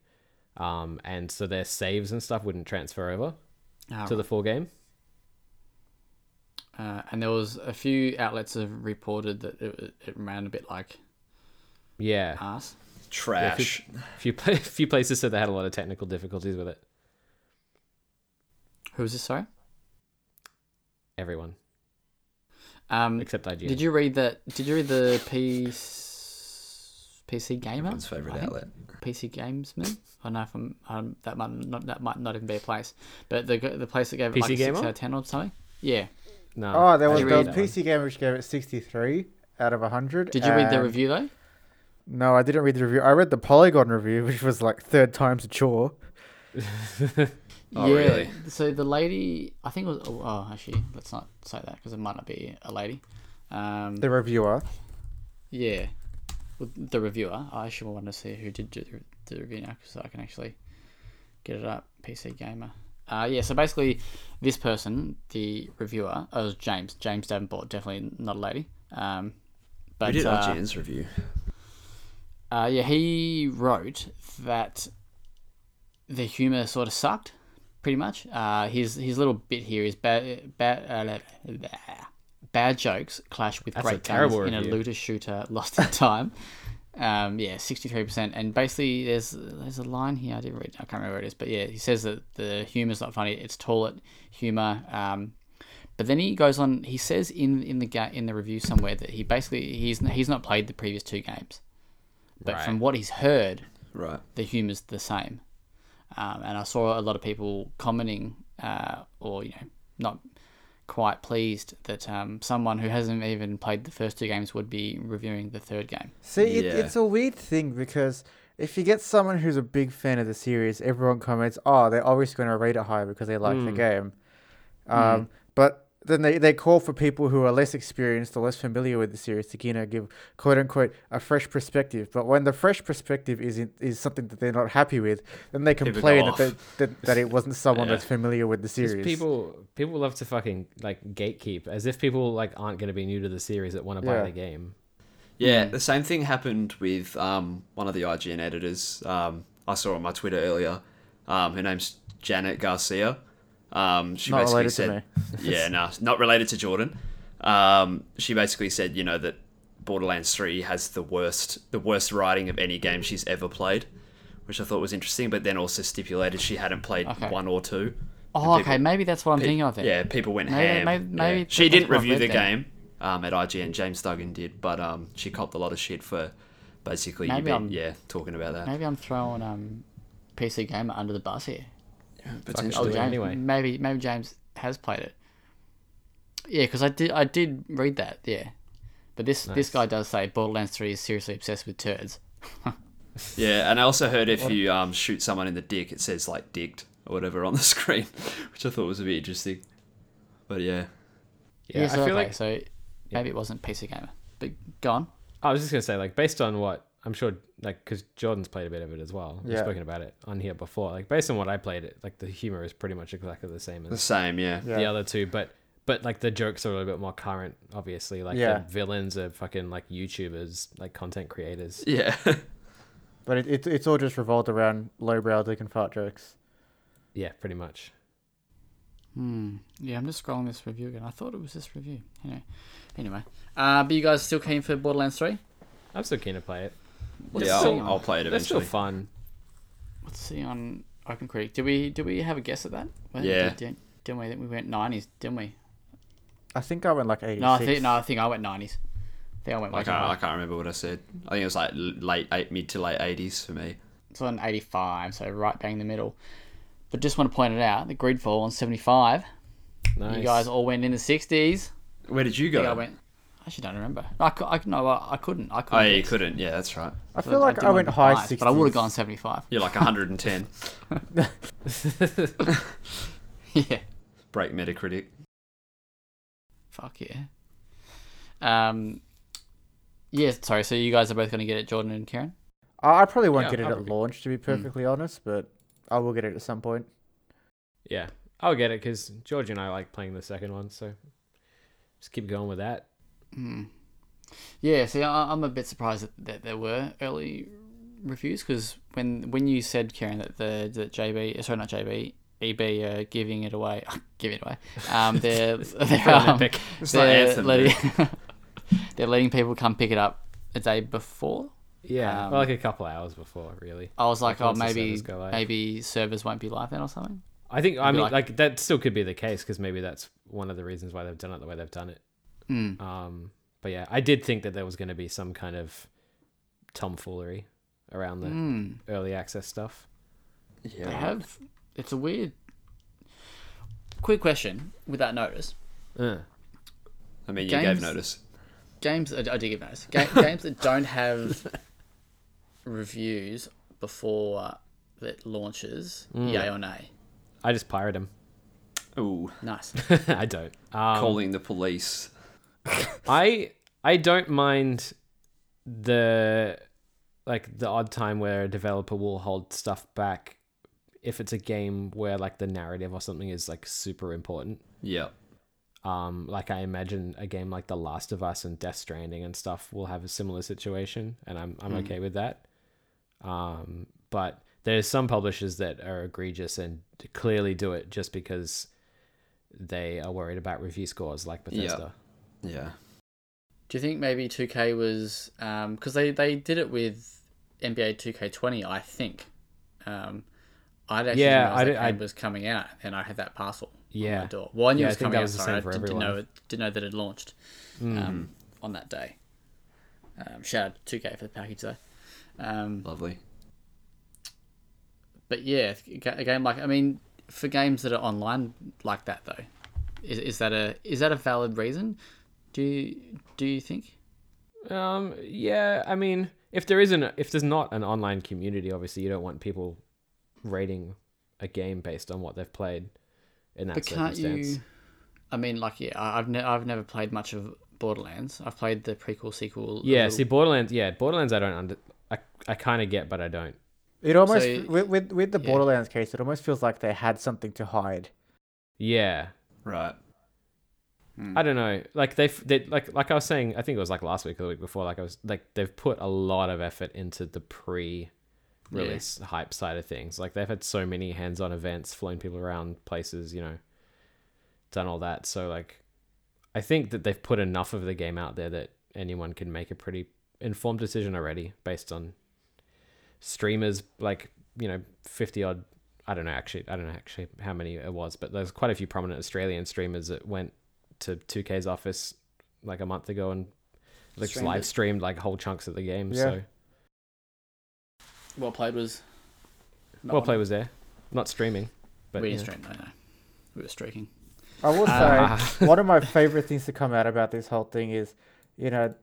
Um, and so their saves and stuff wouldn't transfer over Ah, to the full game. Uh, and there was a few outlets that have reported that it, it ran a bit like Yeah, ass. Trash. a few pla- <laughs> few places said they had a lot of technical difficulties with it. Who was this? Sorry. Everyone Um, except IGN. Did you read that? Did you read the PC PC gamer? Everyone's favorite I think? outlet. PC Gamesman. I don't know if I'm um, that might not that might not even be a place, but the the place that gave it PC like a Gamer? six out of ten or something. Yeah. No. Oh, there I was, did didn't read there was that one. PC Gamer which gave it 63 out of 100. Did you read Um, the and- review though? No, I didn't read the review. I read the Polygon review, <laughs> which was like third time's a chore. Oh, yeah. really? So the lady, I think it was. Oh, oh, actually, let's not say that because it might not be a lady. Um, The reviewer. yeah, With the reviewer. I actually want to see who did do the, the review now because I can actually get it up. PC gamer. Uh, yeah. So basically, this person, the reviewer, oh, it was James. James Davenport, definitely not a lady. Um, but We did uh, IGN's review. Uh, yeah, he wrote that the humor sort of sucked, pretty much. Uh, his his little bit here is bad bad uh, blah. bad jokes clash with That's a great guns terrible in a review. looter shooter lost in time. <laughs> um, yeah, sixty three percent, and basically there's there's a line here I didn't read. I can't remember where it is, but yeah, he says that the humor's not funny. It's toilet humor. Um, but then he goes on. He says in in the ga- in the review somewhere that he basically he's he's not played the previous two games, but from Right. what he's heard, Right. the humour's the same. Um, and I saw a lot of people commenting, uh, or you know, not quite pleased that um, someone who hasn't even played the first two games would be reviewing the third game. See, it, Yeah. it's a weird thing because if you get someone who's a big fan of the series, everyone comments, "Oh, they're always going to rate it higher because they like the game." Um, But then they, they call for people who are less experienced or less familiar with the series to you know give quote unquote a fresh perspective. But when the fresh perspective is in, is something that they're not happy with, then they go complain that, off. they, that that it wasn't someone Yeah. that's familiar with the <laughs> Just series. people people love to fucking like gatekeep as if people like aren't going to be new to the series that want to Yeah. buy the game. Yeah, Hmm. the same thing happened with um, one of the IGN editors. Um, I saw on my Twitter earlier. Um, her name's Janet Garcia. Um, she Not basically related to said, <laughs> "Yeah, no, not related to Jordan." Um, she basically said, you know, that Borderlands Three has the worst, the worst writing of any game she's ever played, which I thought was interesting. But then also stipulated she hadn't played Okay. one or two, Oh, people- okay. Maybe that's what I'm thinking of. Then. Yeah, people went Maybe- ham. maybe- Yeah. maybe She that's didn't what I've review read the then. game um, at IGN. James Duggan did, but um, she copped a lot of shit for basically you Maybe been- I'm- yeah talking about that. Maybe I'm throwing um, PC Gamer under the bus here. I'll Oh, do James, it anyway. Maybe maybe James has played it. Yeah, because I did I did read that. Yeah, but this this guy does say Borderlands Three is seriously obsessed with turds. Yeah, and I also heard if you um, shoot someone in the dick, it says like "dicked" or whatever on the <laughs> screen, which I thought was a bit interesting. But yeah, Yeah, Yeah, I so, feel okay, like so maybe it wasn't PC Gamer. But gone. I was just gonna say, like, based on what I'm sure, like, because Jordan's played a bit of it as well. We've Yeah. spoken about it on here before. Like, based on what I played, it like the humor is pretty much exactly the same the as same. Yeah, Yeah. the other two, but but like the jokes are a little bit more current. Obviously, like Yeah. the villains are fucking like YouTubers, like content creators. yeah. But it, it, it's all just revolved around lowbrow dick and fart jokes. Yeah, pretty much. Hmm. Yeah, I'm just scrolling this review again. I thought it was this review. Anyway, anyway. Uh, but you guys still keen for Borderlands Three? I'm still keen to play it. yeah, the I'll, thing? I'll play it That's still eventually. fun. Let's see on Open Critic. Did we did we have a guess at that? Well, Yeah. Did, did, didn't we? We went nineties, didn't we? I think I went like 86. No, I think no, I think I went nineties. I think I went. I Way too can't, I high. can't remember what I said. I think it was like l- late eight, mid to late eighties for me. It's on eighty five, so right bang in the middle. But just want to point it out, the Greedfall on seventy five. Nice. You guys all went in the sixties. Where did you I think I go? went. I actually don't remember. I, cou- I no, I, I couldn't. I couldn't. Oh, yeah, you guess. couldn't. Yeah, that's right. I feel like did I, my went high highest, 60s. but I would have gone seventy five. <laughs> You're like 110. <laughs> yeah. Break Metacritic. Fuck yeah. Um. Yeah, sorry. So you guys are both going to get it, Jordan and Karen. I I probably won't Yeah, get it probably. at launch, to Hmm. be perfectly honest, but I will get it at some point. yeah, I'll get it because George and I like playing the second one, so just keep going with that. Hmm. Yeah, see, I, I'm a bit surprised that, that there were early reviews because when when you said Karen that the that JB sorry not JB EB are giving it away <laughs> giving it away um <laughs> they're they're, an um, epic. like they're Anthem, letting <laughs> they're letting people come pick it up a day before Yeah, Um, well, like a couple hours before, really. I was like Like, oh once the maybe servers go live. maybe servers won't be live then or something I think I be mean like- like, that still could be the case because maybe that's one of the reasons why they've done it the way they've done it. Mm. Um, but yeah, I did think that there was going to be some kind of tomfoolery around the Hmm. early access stuff. They Yeah. have. It's a weird. Quick question with that notice. Uh, I mean, you Games- gave notice. Games. I, I did give notice. <laughs> Ga- games that don't have reviews before it launches, Mm. yay or nay. I just pirate them. Ooh, Nice. <laughs> I don't. Um, calling the police. I I don't mind the like the odd time where a developer will hold stuff back if it's a game where like the narrative or something is like super important. Yeah. um like i imagine a game like the last of us and death stranding and stuff will have a similar situation and i'm, I'm okay with that um but there's some publishers that are egregious and clearly do it just because they are worried about review scores like Yeah. bethesda Yeah. Do you think maybe 2K was because they they did it with NBA 2K20, I think. Um, I'd actually Yeah, yeah, I I did- that I- game was coming out, and I had that parcel on Yeah. my door. Well, I knew Yeah, it I was think coming that out, was the sorry, same I for didn't didn't know everyone. Hmm. it, didn't know that it launched um, on that day. Um, shout out to 2K for the package though. Um, Lovely. but yeah, a ga- a game like I mean, for games that are online like that though, is, is that a is that a valid reason? Do you, do you think? um yeah i mean if there isn't if there's not an online community obviously you don't want people rating a game based on what they've played in that But can't circumstance you? I mean, like, yeah, I- I've ne- I've never played much of Borderlands. I've played the prequel, sequel. a Yeah, little- see Borderlands. Yeah, Borderlands. I don't under. I, I kind of get, but I don't. It almost, So- with, with, with the yeah. Borderlands case, it almost feels like they had something to hide. Yeah, Right. Mm. I don't know. Like they, have they like like I was saying. I think it was like last week or the week before. Like I was like they've put a lot of effort into the pre-release hype side of things. Like they've had so many hands-on events, flown people around places, you know, done all that. So like, I think that they've put enough of the game out there that anyone can make a pretty informed decision already based on streamers like you know 50 odd I don't know actually. I don't know actually how many it was, but there's quite a few prominent Australian streamers that went to 2K's office like a month ago and like Streamed live it. streamed like whole chunks of the game. Yeah. So Well played was. not well one. play was there, not streaming, but we yeah. didn't stream. No, no, we were streaking. I will say Ah. <laughs> one of my favorite things to come out about this whole thing is, you know,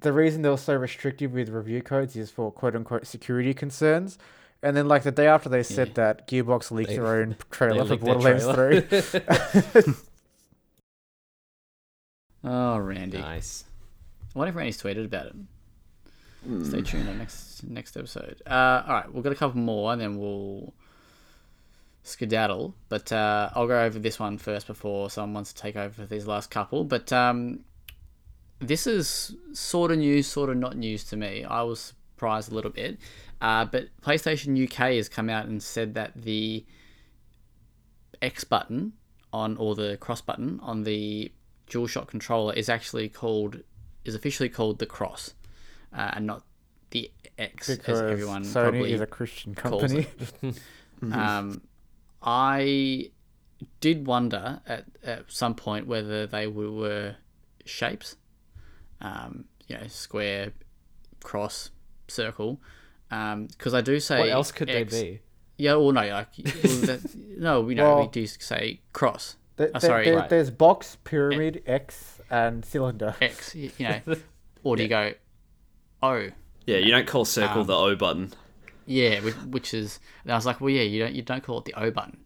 the reason they were so restrictive with review codes is for quote unquote security concerns. And then like the day after they said Yeah. that Gearbox leaked They- their <laughs> own they trailer for leaked their Borderlands 3. <laughs> trailer. Oh, Randy. nice. I wonder if Randy's tweeted about it. Mm. Stay tuned on next next episode. Uh, all right, we've got a couple more, and then we'll skedaddle. But uh, I'll go over this one first before someone wants to take over for these last couple. But um, this is sort of news, sort of not news to me. I was surprised a little bit. Uh, but PlayStation UK has come out and said that the X button on or the cross button on the DualShock controller is actually called is officially called the cross, uh, and not the X Because <laughs> as everyone Sony probably is a Christian calls company. um, I did wonder at, at some point whether they were, were shapes, um, you know, square, cross, circle, because I do say What else could X- they be? Yeah, well, no, like <laughs> well, that, no, we know we Well- do say cross. Th- Oh, th- sorry. there- Right. There's box, pyramid, X, and cylinder. X, y- you <laughs> know, or do you go O? Yeah, you don't call circle Um, the O button. Yeah, which, which is. And I was like, well, yeah, you don't you don't call it the O button.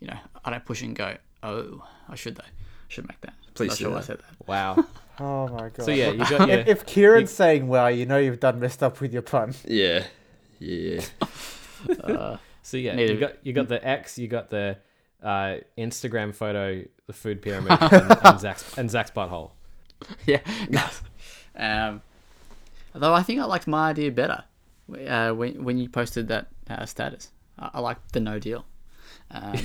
You know, I don't push and go. Oh, I should though. I should make that. Please Not do sure why I that. said that. Wow. <laughs> Oh my god. <laughs> So yeah, you got your <laughs> If Kieran's saying wow, you know you've done messed up with your pun. Yeah. Yeah. <laughs> Uh, So yeah, Neither- you got you got the X, you got the uh, Instagram photo, the food <laughs> pyramid, and, and Zach's and Zach's butthole. <laughs> Yeah. um, though I think I liked my idea better uh, when when you posted that uh, status. I, I liked the No Deal. Um,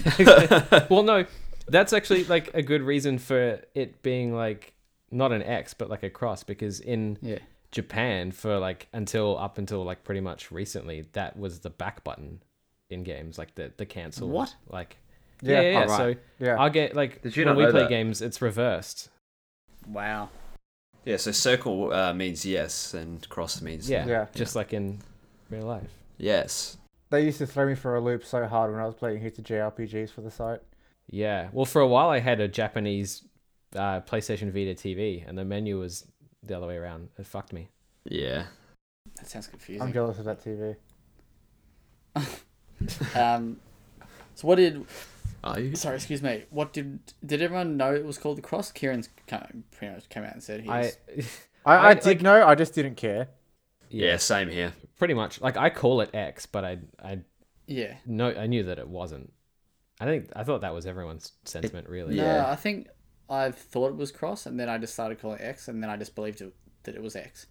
Well, no, that's actually like a good reason for it being like not an X, but like a cross, because in yeah. Japan, for like until up until like pretty much recently, that was the back button in games, like the the cancel. What? Like. <laughs> Yeah. Yeah, yeah. yeah. Oh, right. So Yeah. our game, like Did you when not we know play that? games, it's reversed. Wow. Yeah, so circle uh, means yes and cross means Yeah, Yeah. just like in real life. yes. They used to throw me for a loop so hard when I was playing hits of JRPGs for the site. Yeah. Well, for a while I had a Japanese uh, PlayStation Vita TV, and the menu was the other way around. It fucked me. Yeah. That sounds confusing. I'm jealous of that TV. <laughs> Um, so what did? Are you? Sorry, excuse me. What did? Did everyone know it was called the cross? Kieran's came, pretty much came out and said he I <laughs> was- I, I, I- did like- know, I just didn't care. <laughs> Yeah, same here. pretty much like I call it X, but I I yeah. know I knew that it wasn't. I think I thought that was everyone's sentiment really. No, Yeah. I think I thought it was cross, and then I just started calling it X, and then I just believed it, that it was X.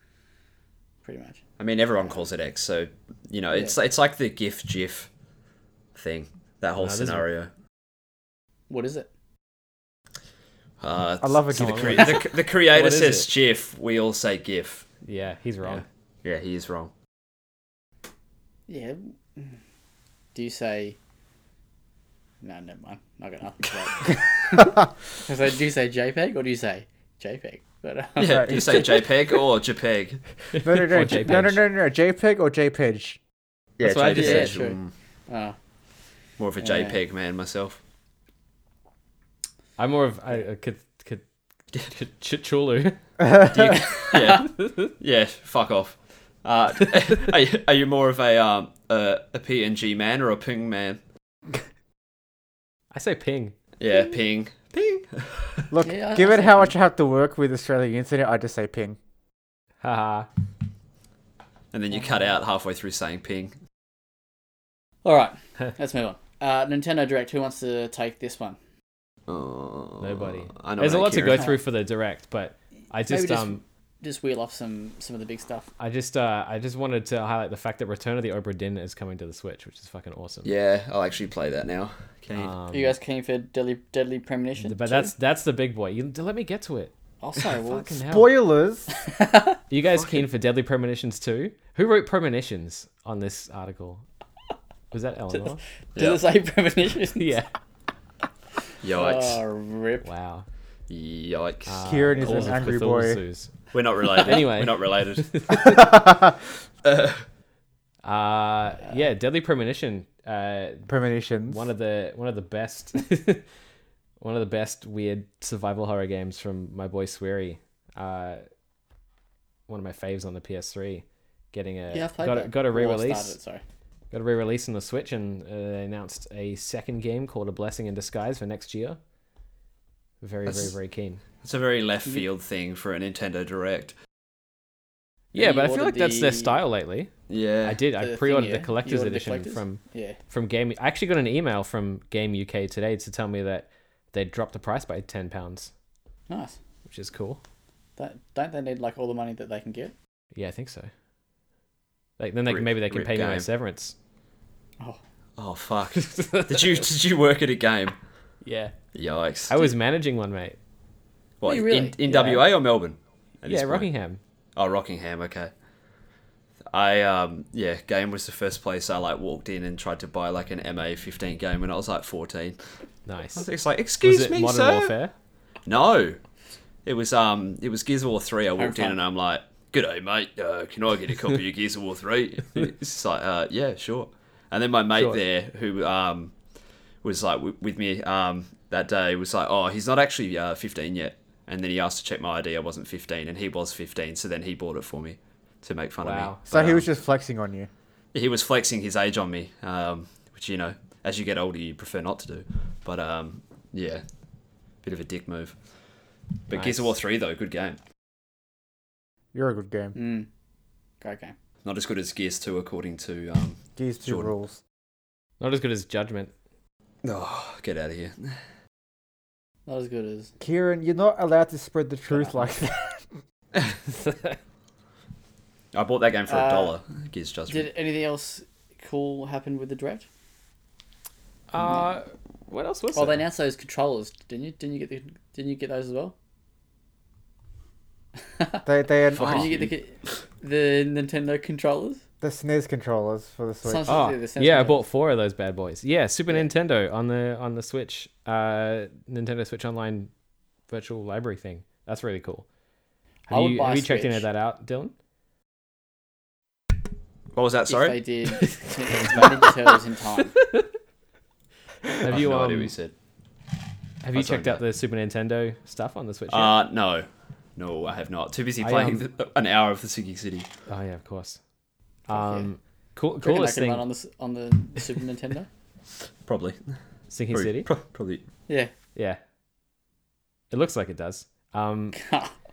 Pretty much. I mean, everyone calls it X, so you know it's it's like the GIF GIF thing. That whole No, this is- scenario. What is it? Uh, I love a so the, GIF. crea- <laughs> the, the creator What is says it? GIF. We all say GIF. Yeah, he's wrong. Yeah, he is wrong. Yeah. Do you say? No, never mind. Not gonna <laughs> ask. Because I do you say JPEG or do you say JPEG? But uh, <laughs> Yeah, Right. do you say JPEG or JPEG? <laughs> No, no, no, Or J- no, no, JPEG. no, no, no, JPEG or <laughs> JPEG. Yeah, That's what I just said. JPEG, Yeah, true. mm, <laughs> uh, More of a Yeah. JPEG man <laughs> myself. I'm more of I, uh, I could could Chichulu. Do you- yeah, yeah. Fuck off. Uh, <laughs> are, you, are you more of a um a, a PNG man or a ping man? <laughs> I say ping. Yeah, ping, ping. Look, Yeah, I- given I how see. much I have to work with Australian internet, I just say ping. Haha. And then you cut Uh-huh. out halfway through saying ping. all right. <laughs> Let's move on. Uh, Nintendo Direct. Who wants to take this one? Oh, Nobody. I know There's a that, lot to Kieran. go through for the direct, but I just, just- um Just wheel off some some of the big stuff. I just uh I just wanted to highlight the fact that Return of the Obra Dinn is coming to the Switch, which is fucking awesome. Yeah, I'll actually play that now. Okay. Um, Are you guys keen for Deadly, deadly Premonition? But too? that's that's the big boy. You let me get to it. Oh, <laughs> sorry. Well, Fucking hell. Are Spoilers. you guys keen for Deadly Premonitions too? Who wrote Premonitions on this article? Was <laughs> that Eleanor? Did it say premonitions? <laughs> yeah. Oh, uh, Yikes. rip. Wow. Yikes. Kieran is Calls an of angry Cthulhu boy. Zoos. We're not related. uh. <laughs> Anyway. We're not related. Uh, yeah, Deadly Premonition. Uh, Premonitions. one of the one of the best, <laughs> one of the best weird survival horror games from my boy Sweary. Uh, one of my faves on the PS3. Getting a Yeah, I've played got a, that. got a Or started re-release. it, sorry. Got a re-release on the Switch, and uh, they announced a second game called A Blessing in Disguise for next year. Very, That's- very, very keen. It's a very left field thing for a Nintendo Direct. Yeah, you but I feel ordered like that's their the- style lately. Yeah. I did. The I thing, pre-ordered yeah? the You collector's ordered the edition collectors? from Yeah. from Game. I actually got an email from Game UK today to tell me that they dropped the price by ten pounds, Nice. which is cool. That, don't they need like all the money that they can get? Yeah, I think so. Like then they Rip- can maybe they can rip pay me my game. severance. Oh <laughs> fuck. did you did you work at a game? Yeah, Yikes. I was managing one, mate. What, Were you really? in, in Yeah. WA or Melbourne? At this Yeah, point? Rockingham. Oh, Rockingham. Okay. I um yeah, game was the first place I like walked in and tried to buy like an MA fifteen game when I was like fourteen. I Nice. was like, excuse Was it me, Modern sir. Warfare? No, it was um it was Gears of War three. I walked in fine. and I'm like, good day, mate. Uh, can I get a copy of Gears of War <laughs> three? It's just like, uh, yeah, sure. And then my mate Sure. there who um was like w- with me um that day was like, oh, he's not actually uh, fifteen yet. And then he asked to check my ID. I wasn't fifteen, and he was fifteen. So then he bought it for me to make fun of me. Wow. so But, he was um, just flexing on you. he was flexing his age on me, um, which you know, as you get older, you prefer not to do. But um, yeah, bit of a dick move. But Gears of Nice. War three though, good game. You're a good game. Mm. Great game. Not as good as Gears two, according to. Um, These two Jordan. rules. Not as good as Judgment. oh, get out of here! Not as good as. Kieran, you're not allowed to spread the truth up. <laughs> like that. I bought that game for a Uh, dollar. Gears Judgment. Did anything else cool happen with the draft? uh, what else was Well, there? they announced those controllers, didn't you? Didn't you get the? Didn't you get those as well? <laughs> They they Fuck. announced Did you get the the Nintendo controllers? the SNES controllers for the Switch. Sounds- Oh, Yeah, the Sense yeah, I Mode. bought four of those bad boys. Yeah, Super Nintendo on the on the Switch, uh, Nintendo Switch Online virtual library thing. That's really cool. Have I would you, buy have a you checked any of Switch. that out, <laughs> Dylan? What was that? If they Sorry, <laughs> did, Ninja Turtles in time. Have I you no um, idea what you said. have you Oh, sorry, checked out no. the Super Nintendo stuff on the Switch? yet? Uh, no, no, I have not. Too busy I, playing um, the, an hour of the Singing City. oh yeah, of course. yeah. Um, cool, Reckon I coolest can thing, run on the s- on the Super Nintendo. Probably. Sinking Probably. City. pro- probably. Yeah. <laughs> Yeah, it looks like it does. Um,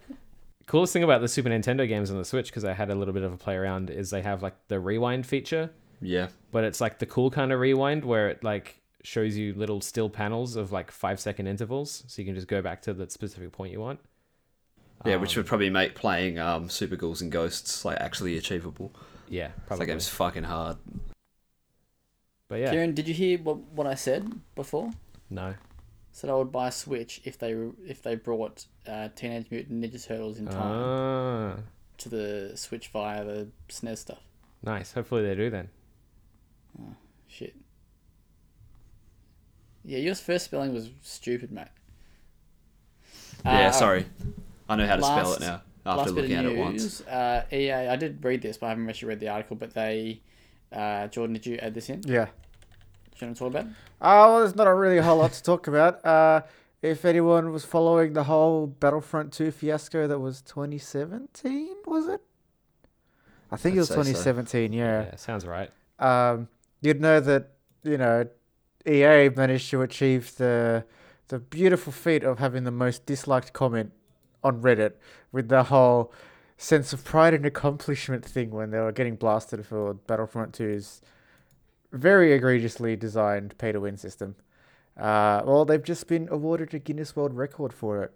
<laughs> coolest thing about the Super Nintendo games on the Switch because I had a little bit of a play around is they have like the rewind feature. Yeah. but it's like the cool kind of rewind where it like shows you little still panels of like five second intervals so you can just go back to the specific point you want Yeah, which Um, would probably make playing um, Super Ghouls and Ghosts like actually achievable. yeah That probably game's fucking hard. but yeah Kieran, did you hear what, what I said before? no Said I would buy a Switch if they re- if they brought uh, Teenage Mutant Ninja Turtles in time ah, to the Switch via the SNES stuff. nice hopefully they do then Shit. Yeah, your first spelling was stupid, mate. yeah, Uh, sorry. I know how to spell last- it now after last bit of looking at it once. news, Uh, EA, I did read this, but I haven't actually read the article. But they, uh, Jordan, did you add this in? Do yeah. you want to talk about? it? Oh, well, there's not a really whole lot to talk about. Uh, if anyone was following the whole Battlefront 2 fiasco that was 2017, was it? I think I'd it was say so. 2017, yeah. yeah sounds right Um, you'd know that, you know, EA managed to achieve the the beautiful feat of having the most disliked comment on Reddit with the whole sense of pride and accomplishment thing when they were getting blasted for Battlefront 2's very egregiously designed pay to win system. Uh, well, they've just been awarded a Guinness World Record for it.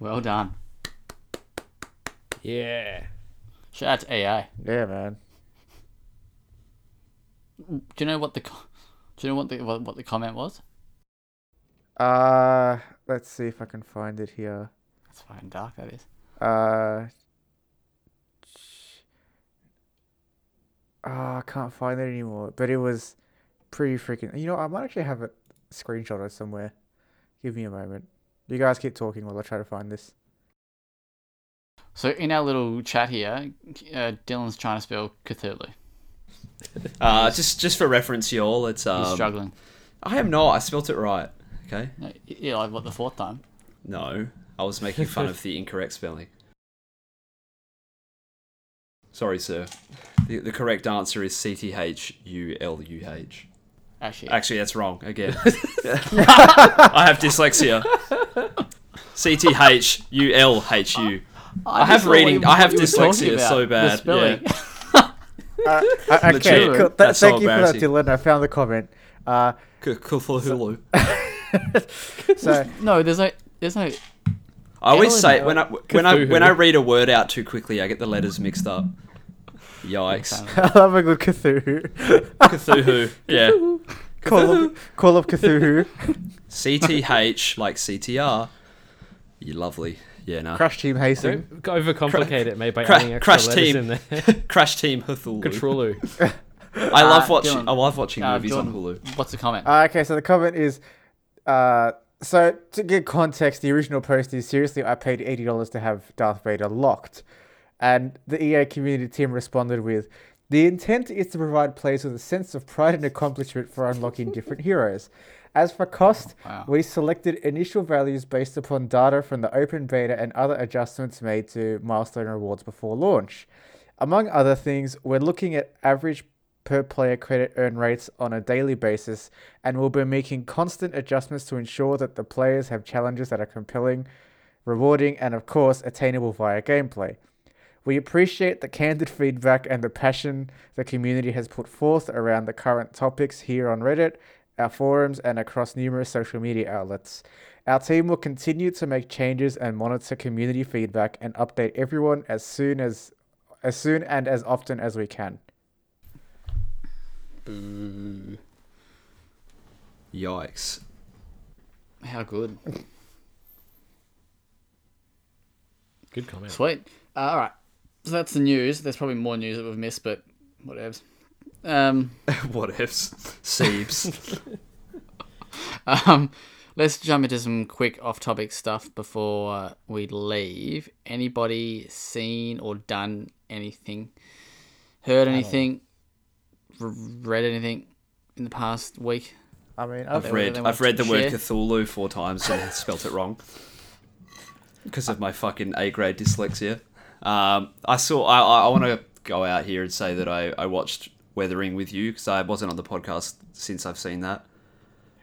Well done. yeah Shout out to E EA. Yeah, man. Do you know what the, co- do you know what the what, what the comment was? Uh, let's see if I can find it here. That's fucking dark. That is. Uh, Ah, I can't find it anymore. But it was pretty freaking. You know, I might actually have a screenshot of somewhere. Give me a moment. You guys keep talking while I try to find this. So in our little chat here, uh, Dylan's trying to spell Cthulhu. Uh, just just for reference, y'all, it's He's um, struggling. I am not. I spelt it right. Okay. No, Yeah, like what the fourth time. No, I was making fun of the incorrect spelling. Sorry, sir. The, the correct answer is C T H U L U H. Actually, Actually, that's wrong <laughs> again. I have dyslexia. C T H U L H U. I have just thought reading. we- I have we were talking dyslexia about so the bad. spelling. <laughs> yeah. <laughs> Uh, uh, okay, Legit. cool. Th- That's so thank you for that, embarrassing. Dylan. I found the comment. Uh, C- Cthulhu. so <laughs> <laughs> No, there's no, there's no. I always Ellen, say uh, when I when I Cthulhu. when I read a word out too quickly, I get the letters mixed up. Yikes! sound. I love a good Cthulhu. <laughs> Cthulhu. Yeah. call, up, call up Cthulhu. C T H like C T R. You lovely. Yeah. No. Crash Team Hasting. Don't overcomplicate it, mate, by Cra- adding extra Crash letters Team. in there. <laughs> Ah, Crash Team Cthulhu. Cthulhu. I love Uh, watching. Dylan. I love watching Ah, Uh, movies Jordan, on Hulu. What's the comment? Uh, okay, so the comment is, uh, so to give context, the original post is seriously, I paid eighty dollars to have Darth Vader locked, and the EA community team responded with, the intent is to provide players with a sense of pride and accomplishment for <laughs> unlocking different heroes. As for cost, Wow. we selected initial values based upon data from the open beta and other adjustments made to milestone rewards before launch. Among other things, we're looking at average per player credit earn rates on a daily basis and will be making constant adjustments to ensure that the players have challenges that are compelling, rewarding, and of course, attainable via gameplay. We appreciate the candid feedback and the passion the community has put forth around the current topics here on Reddit, our forums, and across numerous social media outlets. Our team will continue to make changes and monitor community feedback and update everyone as soon as as soon and as often as we can. Yikes. <laughs> How good. Good comment. Sweet. Uh, all right. So that's the news. There's probably more news that we've missed, but whatevs. Um, <laughs> what ifs? Seebs. um, let's jump into some quick off-topic stuff before uh, we leave. Anybody seen or done anything? Heard anything? r- Read anything in the past week? I mean, I've they I've were- read. they I've were read the word share. Cthulhu four times and <laughs> spelt it wrong because of my fucking A grade dyslexia. Um, I saw. I, I, I want to go out here and say that I, I watched Weathering with You because I wasn't on the podcast since I've seen that.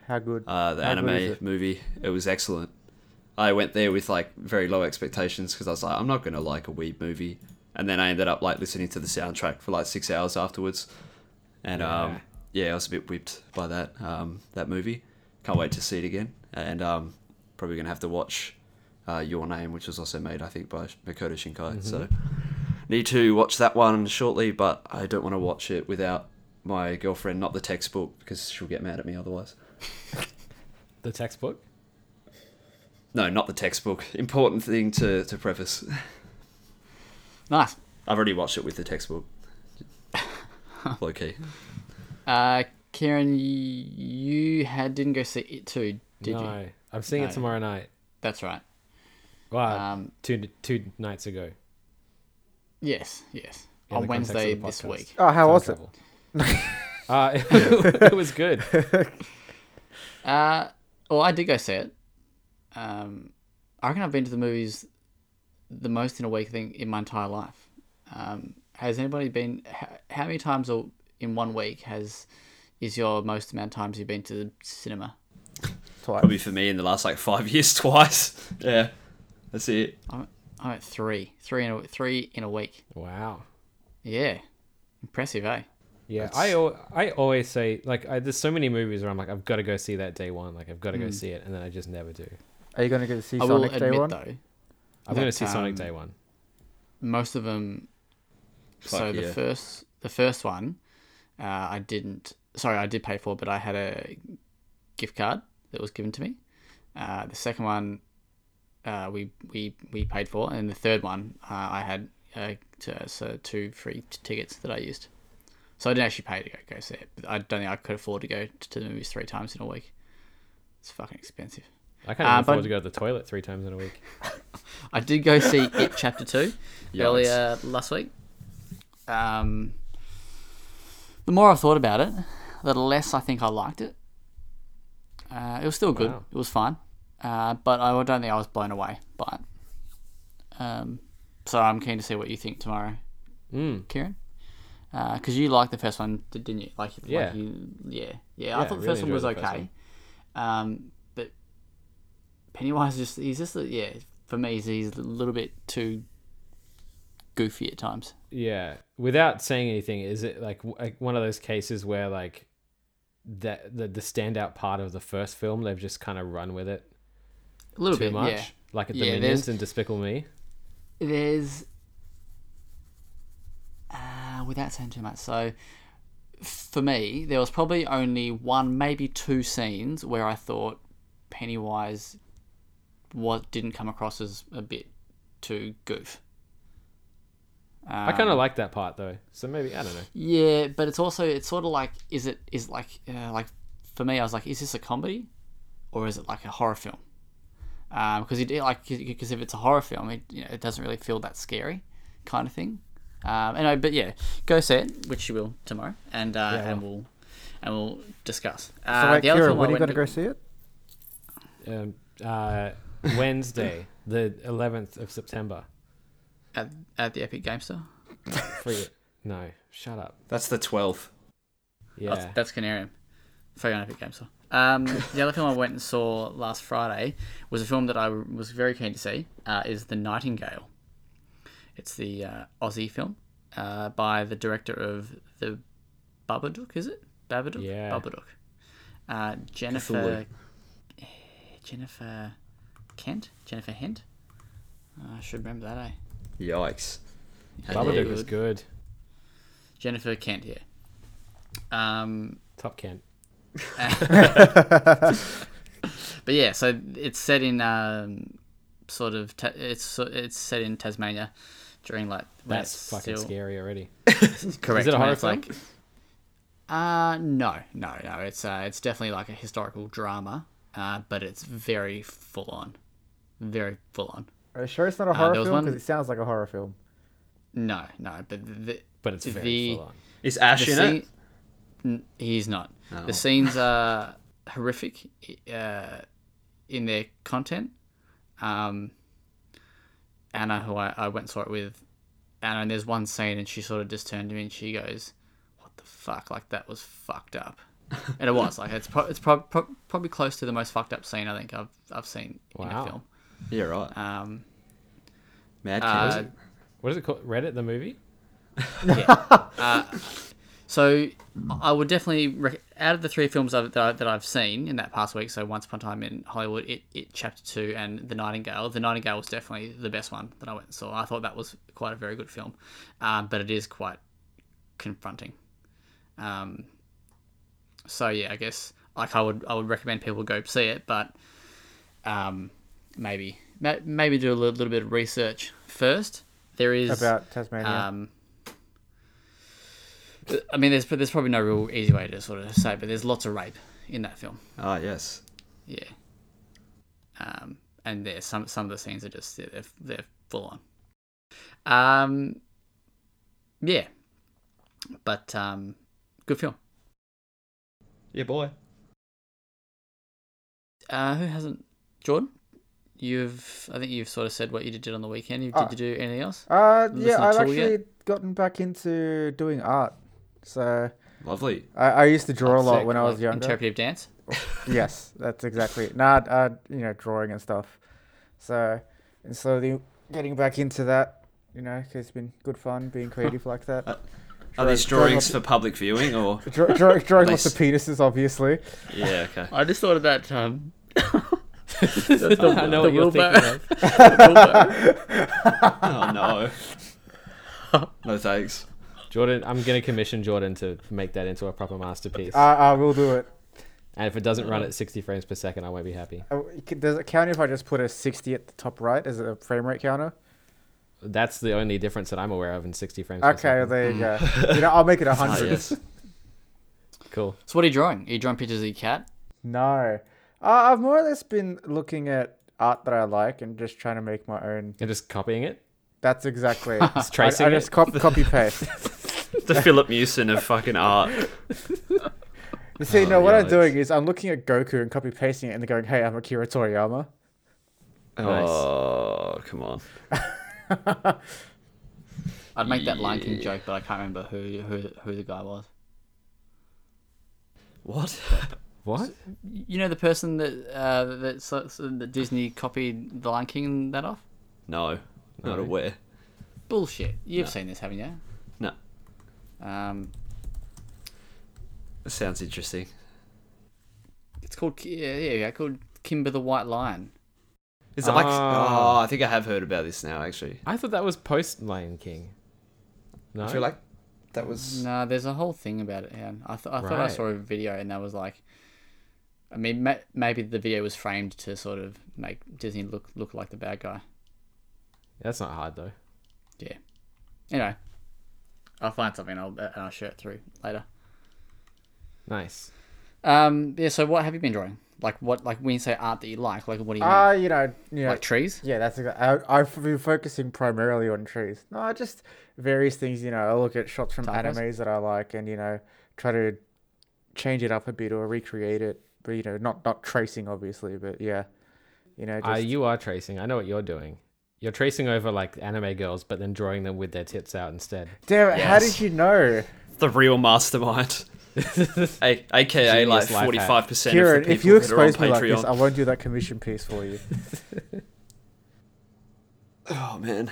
how good. uh, the how good is anime it? movie. It was excellent. I went there with like very low expectations because I was like, I'm not gonna like a weeb movie, and then I ended up like listening to the soundtrack for like six hours afterwards, and um, yeah, I was a bit whipped by that um, that movie. Can't wait to see it again, and um, probably gonna have to watch uh, Your Name, which was also made I think by Makoto Shinkai. Mm-hmm. So need to watch that one shortly, but I don't want to watch it without my girlfriend, not the textbook, because she'll get mad at me otherwise. The textbook. No, not the textbook. Important thing to, to preface. Nice. I've already watched it with the <laughs> textbook. Low key. Uh, Kieran, y- you had didn't go see it too, did no, you? I'm seeing No. it tomorrow night. That's right. Wow, Um, two two nights ago. Yes, yes. in On the context of Wednesday the this podcast. week. Oh, how Time was it? travel. <laughs> uh, <laughs> it, was good. Uh, well, I did go see it. Um, I reckon I've been to the movies the most in a week, I think, in my entire life. Um, has anybody been? How, how many times or in one week has is your most amount of times you've been to the cinema? Twice. Probably for me in the last like five <laughs> years twice. Yeah. That's it. I went, I went three, three in a, three in a week. Wow. Yeah, impressive, eh? Yeah, I, al- I always say like I, there's so many movies where I'm like I've got to go see that day one, like I've got to Mm. go see it, and then I just never do. Are you going to get to see I will Sonic Day admit One? though, I'm gonna That, see Sonic um, Day One. most of them. so Fuck the yeah. first the first one, uh, I didn't. Sorry, I did pay for, but I had a gift card that was given to me. Uh, the second one, uh, we we we paid for, and the third one, uh, I had uh, t- so two free t- tickets that I used. So I didn't actually pay to go, go see it. But I don't think I could afford to go to the movies three times in a week. It's fucking expensive. I can't Uh, even but- afford to go to the toilet three times in a week. I did go see It Chapter Two Yikes. earlier last week. Um, the more I've thought about it, the less I think I liked it. Uh, it was still good. Wow. It was fine, uh, but I don't think I was blown away by it. Um, so I'm keen to see what you think tomorrow, Mm. Kieran, because you liked the first one, di- didn't you? Like, like Yeah. you, yeah, yeah, Yeah, I thought the really first one was enjoyed the first okay, um, but Pennywise just he's just a- yeah for me he's, he's a little bit too goofy at times. Yeah. Without saying anything, is it like w- like one of those cases where like that the, the standout part of the first film they've just kind of run with it A little too bit, much, yeah. like at the Yeah, there's- Minions and Despicable Me. There's uh, without saying too much. So for me, there was probably only one, maybe two scenes where I thought Pennywise what didn't come across as a bit too goof. I Um, kind of like that part though, so maybe I don't know. Yeah, but it's also it's sort of like is it is like uh, like for me I was like is this a comedy or is it like a horror film? Um, Because you do like because if it's a horror film, it you know, it doesn't really feel that scary kind of thing. Um, anyway, but yeah, go see it, which you will tomorrow, and uh, I and we'll and we'll discuss. So, Uh, wait, the other Kira, film I when are you went going to to- go see it? Um, uh, Wednesday, <laughs> the eleventh of September. at, at the Epic Game Store? Free. No, shut up. That's the 12th. Yeah. That's, that's Canarium. Free on Epic Games Store. Um, the other film I went and saw last Friday was a film that I was very keen to see. Uh, is The Nightingale. It's the uh, Aussie film uh, by the director of The Babadook. Is it Babadook? Yeah. Babadook. Uh, Jennifer. Cthulhu. eh, Jennifer Kent. Jennifer Hent. I should remember that. Eh? Yikes. How dare Babadook Babadook. you. was good. Jennifer Kent. Yeah. Um, Top Kent. But yeah, so it's set in um, sort of ta- it's so- it's set in Tasmania during like when That's it's <laughs> fucking still- scary already. Correct. Is it a when horror it's, film? uh no, no, no. It's uh, it's definitely like a historical drama, uh, but it's very full on, very full on. Are you sure it's not a horror Uh, there was film? Because one- it sounds like a horror film. No, no, but the, but it's very the- full on. Is Ash in it? N- he's not. The scenes are horrific uh, in their content. Um, Anna, who I, I went and saw it with, Anna, and there's one scene, and she sort of just turned to me and she goes, "What the fuck? Like that was fucked up." And it was like it's pro- it's prob pro- probably close to the most fucked up scene I think I've I've seen in a Wow. film. Yeah, right. Um, Ah, Mad uh, King. What is it called? Reddit the movie? So I would definitely rec- out of the three films I've, that, I, that I've seen in that past week. So Once Upon a Time in Hollywood, it, it Chapter Two, and The Nightingale. The Nightingale was definitely the best one that I went and saw. I thought that was quite a very good film, um, but it is quite confronting. Um, so yeah, I guess like I would I would recommend people go see it, but um, maybe ma- maybe do a little, little bit of research first. There is About Tasmania. um, I mean, there's there's probably no real easy way to sort of say, but there's lots of rape in that film. Ah, yes. Yeah. Um, and there's some some of the scenes are just yeah, they're they're full on. Um, yeah. But um, good film. Yeah, boy. Uh, who hasn't? Jordan, you've I think you've sort of said what you did on the weekend. You- Did Ah. you do anything else? Uh, yeah, Listen I've to all actually yet? gotten back into doing art. So Lovely. I, I used to draw a lot Sick, Uh, when I was like <laughs> younger. Interpretive dance. yes, that's exactly. Nah, uh, you know, drawing and stuff. So, and slowly getting back into that. You know, 'cause it's been good fun being creative <laughs> like that. <laughs> Are these Drawing- drawings for public viewing or? Draw, draw, drawing lots of Nice. penises, obviously. Yeah, okay. I just thought of that. Um, <laughs> I know what you're thinking of. <laughs> <laughs> Oh no. No thanks. Jordan, I'm going to commission Jordan to make that into a proper masterpiece. I, I will do it. and if it doesn't run at 60 frames per second, I won't Uh, be happy. Oh, it c- Does it count if I just put a 60 at the top right as a frame rate counter? That's the only difference that I'm aware of in 60 frames. per Okay, well, second. there you go. You know, I'll make it <laughs> a Ah, hundred. yes. cool. So what are you drawing? Are you drawing pictures of your cat? No, uh, I've more or less been looking at art that I like and just trying to make my own. You're just copying it. That's exactly. I, Just Uh, I tracing just it. cop- copy paste. the Philip Mewson of fucking art. You see, Oh, no, what yeah, I'm doing is I'm looking at Goku and copy pasting it and then going, "Hey, I'm Akira Toriyama." <laughs> Nice. Oh, come on. I'd make that Lion King Yeah. joke, but I can't remember who who who the guy was. What? What? You know the person that uh, that so, so that Disney copied the Lion King that off? No, not No. aware. Bullshit. You've seen this, haven't you? No, Um, that sounds interesting. it's called Ki- yeah yeah yeah called Kimber the White Lion. Is it like? Ah. Oh, I think I have heard about this now. Actually, I thought that was post Lion King. No. I feel like that was. No, there's a whole thing about it. Yeah, I, th- I thought I Right. saw a video and that was like, I mean, ma- maybe the video was framed to sort of make Disney look look like the bad guy. That's not hard though. Yeah. Anyway, I'll find something. I'll and I'll share it through later. Nice. Um. Yeah. So what have you been drawing? Like what? Like when you say art that you like, like what do you mean? Ah, you know, you know, like trees? Yeah, that's exactly. I, I've been focusing primarily on trees. No, I just various things. You know, I look at shots from Typos? animes that I like, and you know, try to change it up a bit or recreate it. But you know, not not tracing obviously, but yeah, you know, just, Ah, you are tracing. I know what you're doing. You're tracing over like anime girls, but then drawing them with their tits out instead. <laughs> damn it, how Yes. did you know, the real mastermind. A- AKA like Genius life hack. forty five percent of the Kieran? people If you that are on expose me like this, Patreon. I won't do that commission piece <laughs> for you. oh man,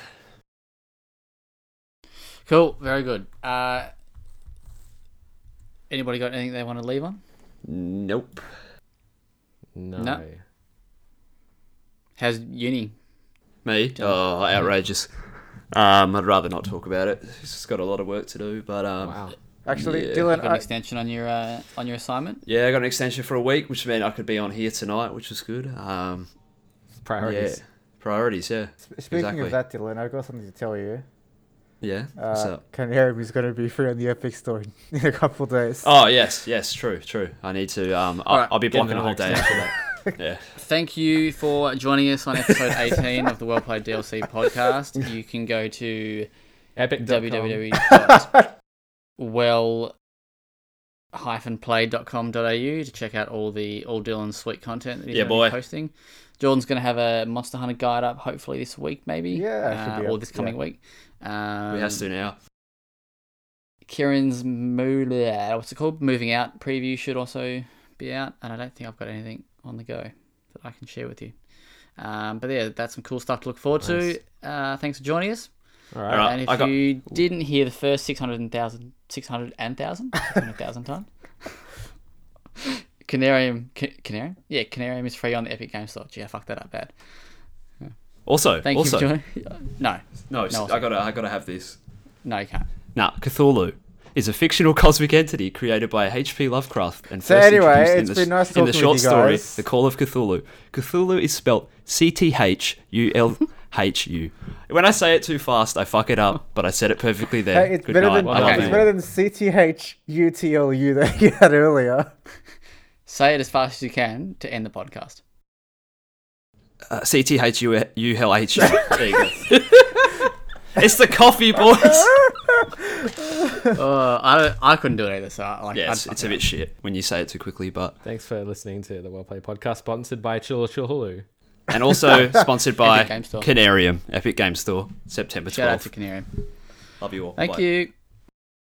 Cool. Very good. Uh. Anybody got anything they want to leave on? nope. No. No. How's uni? Me? Oh, outrageous. Um, I'd rather not talk about it. It's just got a lot of work to do, but um, Wow. Yeah. Actually, You Dylan, got an I, extension on your uh, on your assignment? yeah, I got an extension for a week, which meant I could be on here tonight, which was good. Um, Priorities. Yeah, priorities. Yeah, speaking exactly. of that, Dylan, I've got something to tell you. yeah. What's Uh, up? Canarum is going to be free on the Epic Store <laughs> in a couple days. Oh yes, yes, true, true. I need to. Um, I'll, Alright, I'll be get blocking a whole day another after that. <laughs> yeah. Thank you for joining us on episode 18 of the Well Played DLC podcast. You can go to Epic. www.well hyphen play.com.au to check out all the all Dylan's sweet content that he's Yeah, gonna be boy. posting. Jordan's going to have a Monster Hunter guide up hopefully this week, maybe. Yeah, it should uh, be or up, this coming yeah. week. Um, <laughs> We has to now. Kieran's mo- what's it called? Moving out preview should also be out, and I don't think I've got anything on the go that I can share with you. Um, but yeah, that's some cool stuff to look forward Nice. to. Uh, thanks for joining us. All right. All right. and if I got- you didn't hear the first 600,000 600,000 <laughs> 600,000 time, <laughs> Canarium, Ca- Canarium? Yeah, Canarium is free on the Epic Game Store. Gee, I fucked that up bad. Also, Thank also, you for joining. No, no, No, I gotta, I gotta have this. <laughs> no, you can't. Now, Cthulhu is a fictional <laughs> cosmic entity created by H.P. Lovecraft and So first anyway, introduced in it's the, been nice in the talking short with you story guys. The Call of Cthulhu. Cthulhu is spelt C-T-H-U-L-H-U. when I say it too fast, I fuck it up, but I said it perfectly there. Hey, it's Good better night. than I love okay. it's you. better than CTHUTLU that you had earlier. Say it as fast as you can to end the <laughs> podcast. Uh, C-T-H-U-L-H. <laughs> There you go. <laughs> it's the coffee, boys. Uh, I, don't, I couldn't do it either, so I, like, Yes, I'd it's fuck a it up. bit shit when you say it too quickly, but Thanks for listening to the Well Play podcast, sponsored by Chilla Chillhulu. <laughs> and also sponsored by Epic Game Store. Canarium, Epic Game Store, September Shout out to 12th. Canarium. Love you all. Thank Bye. you.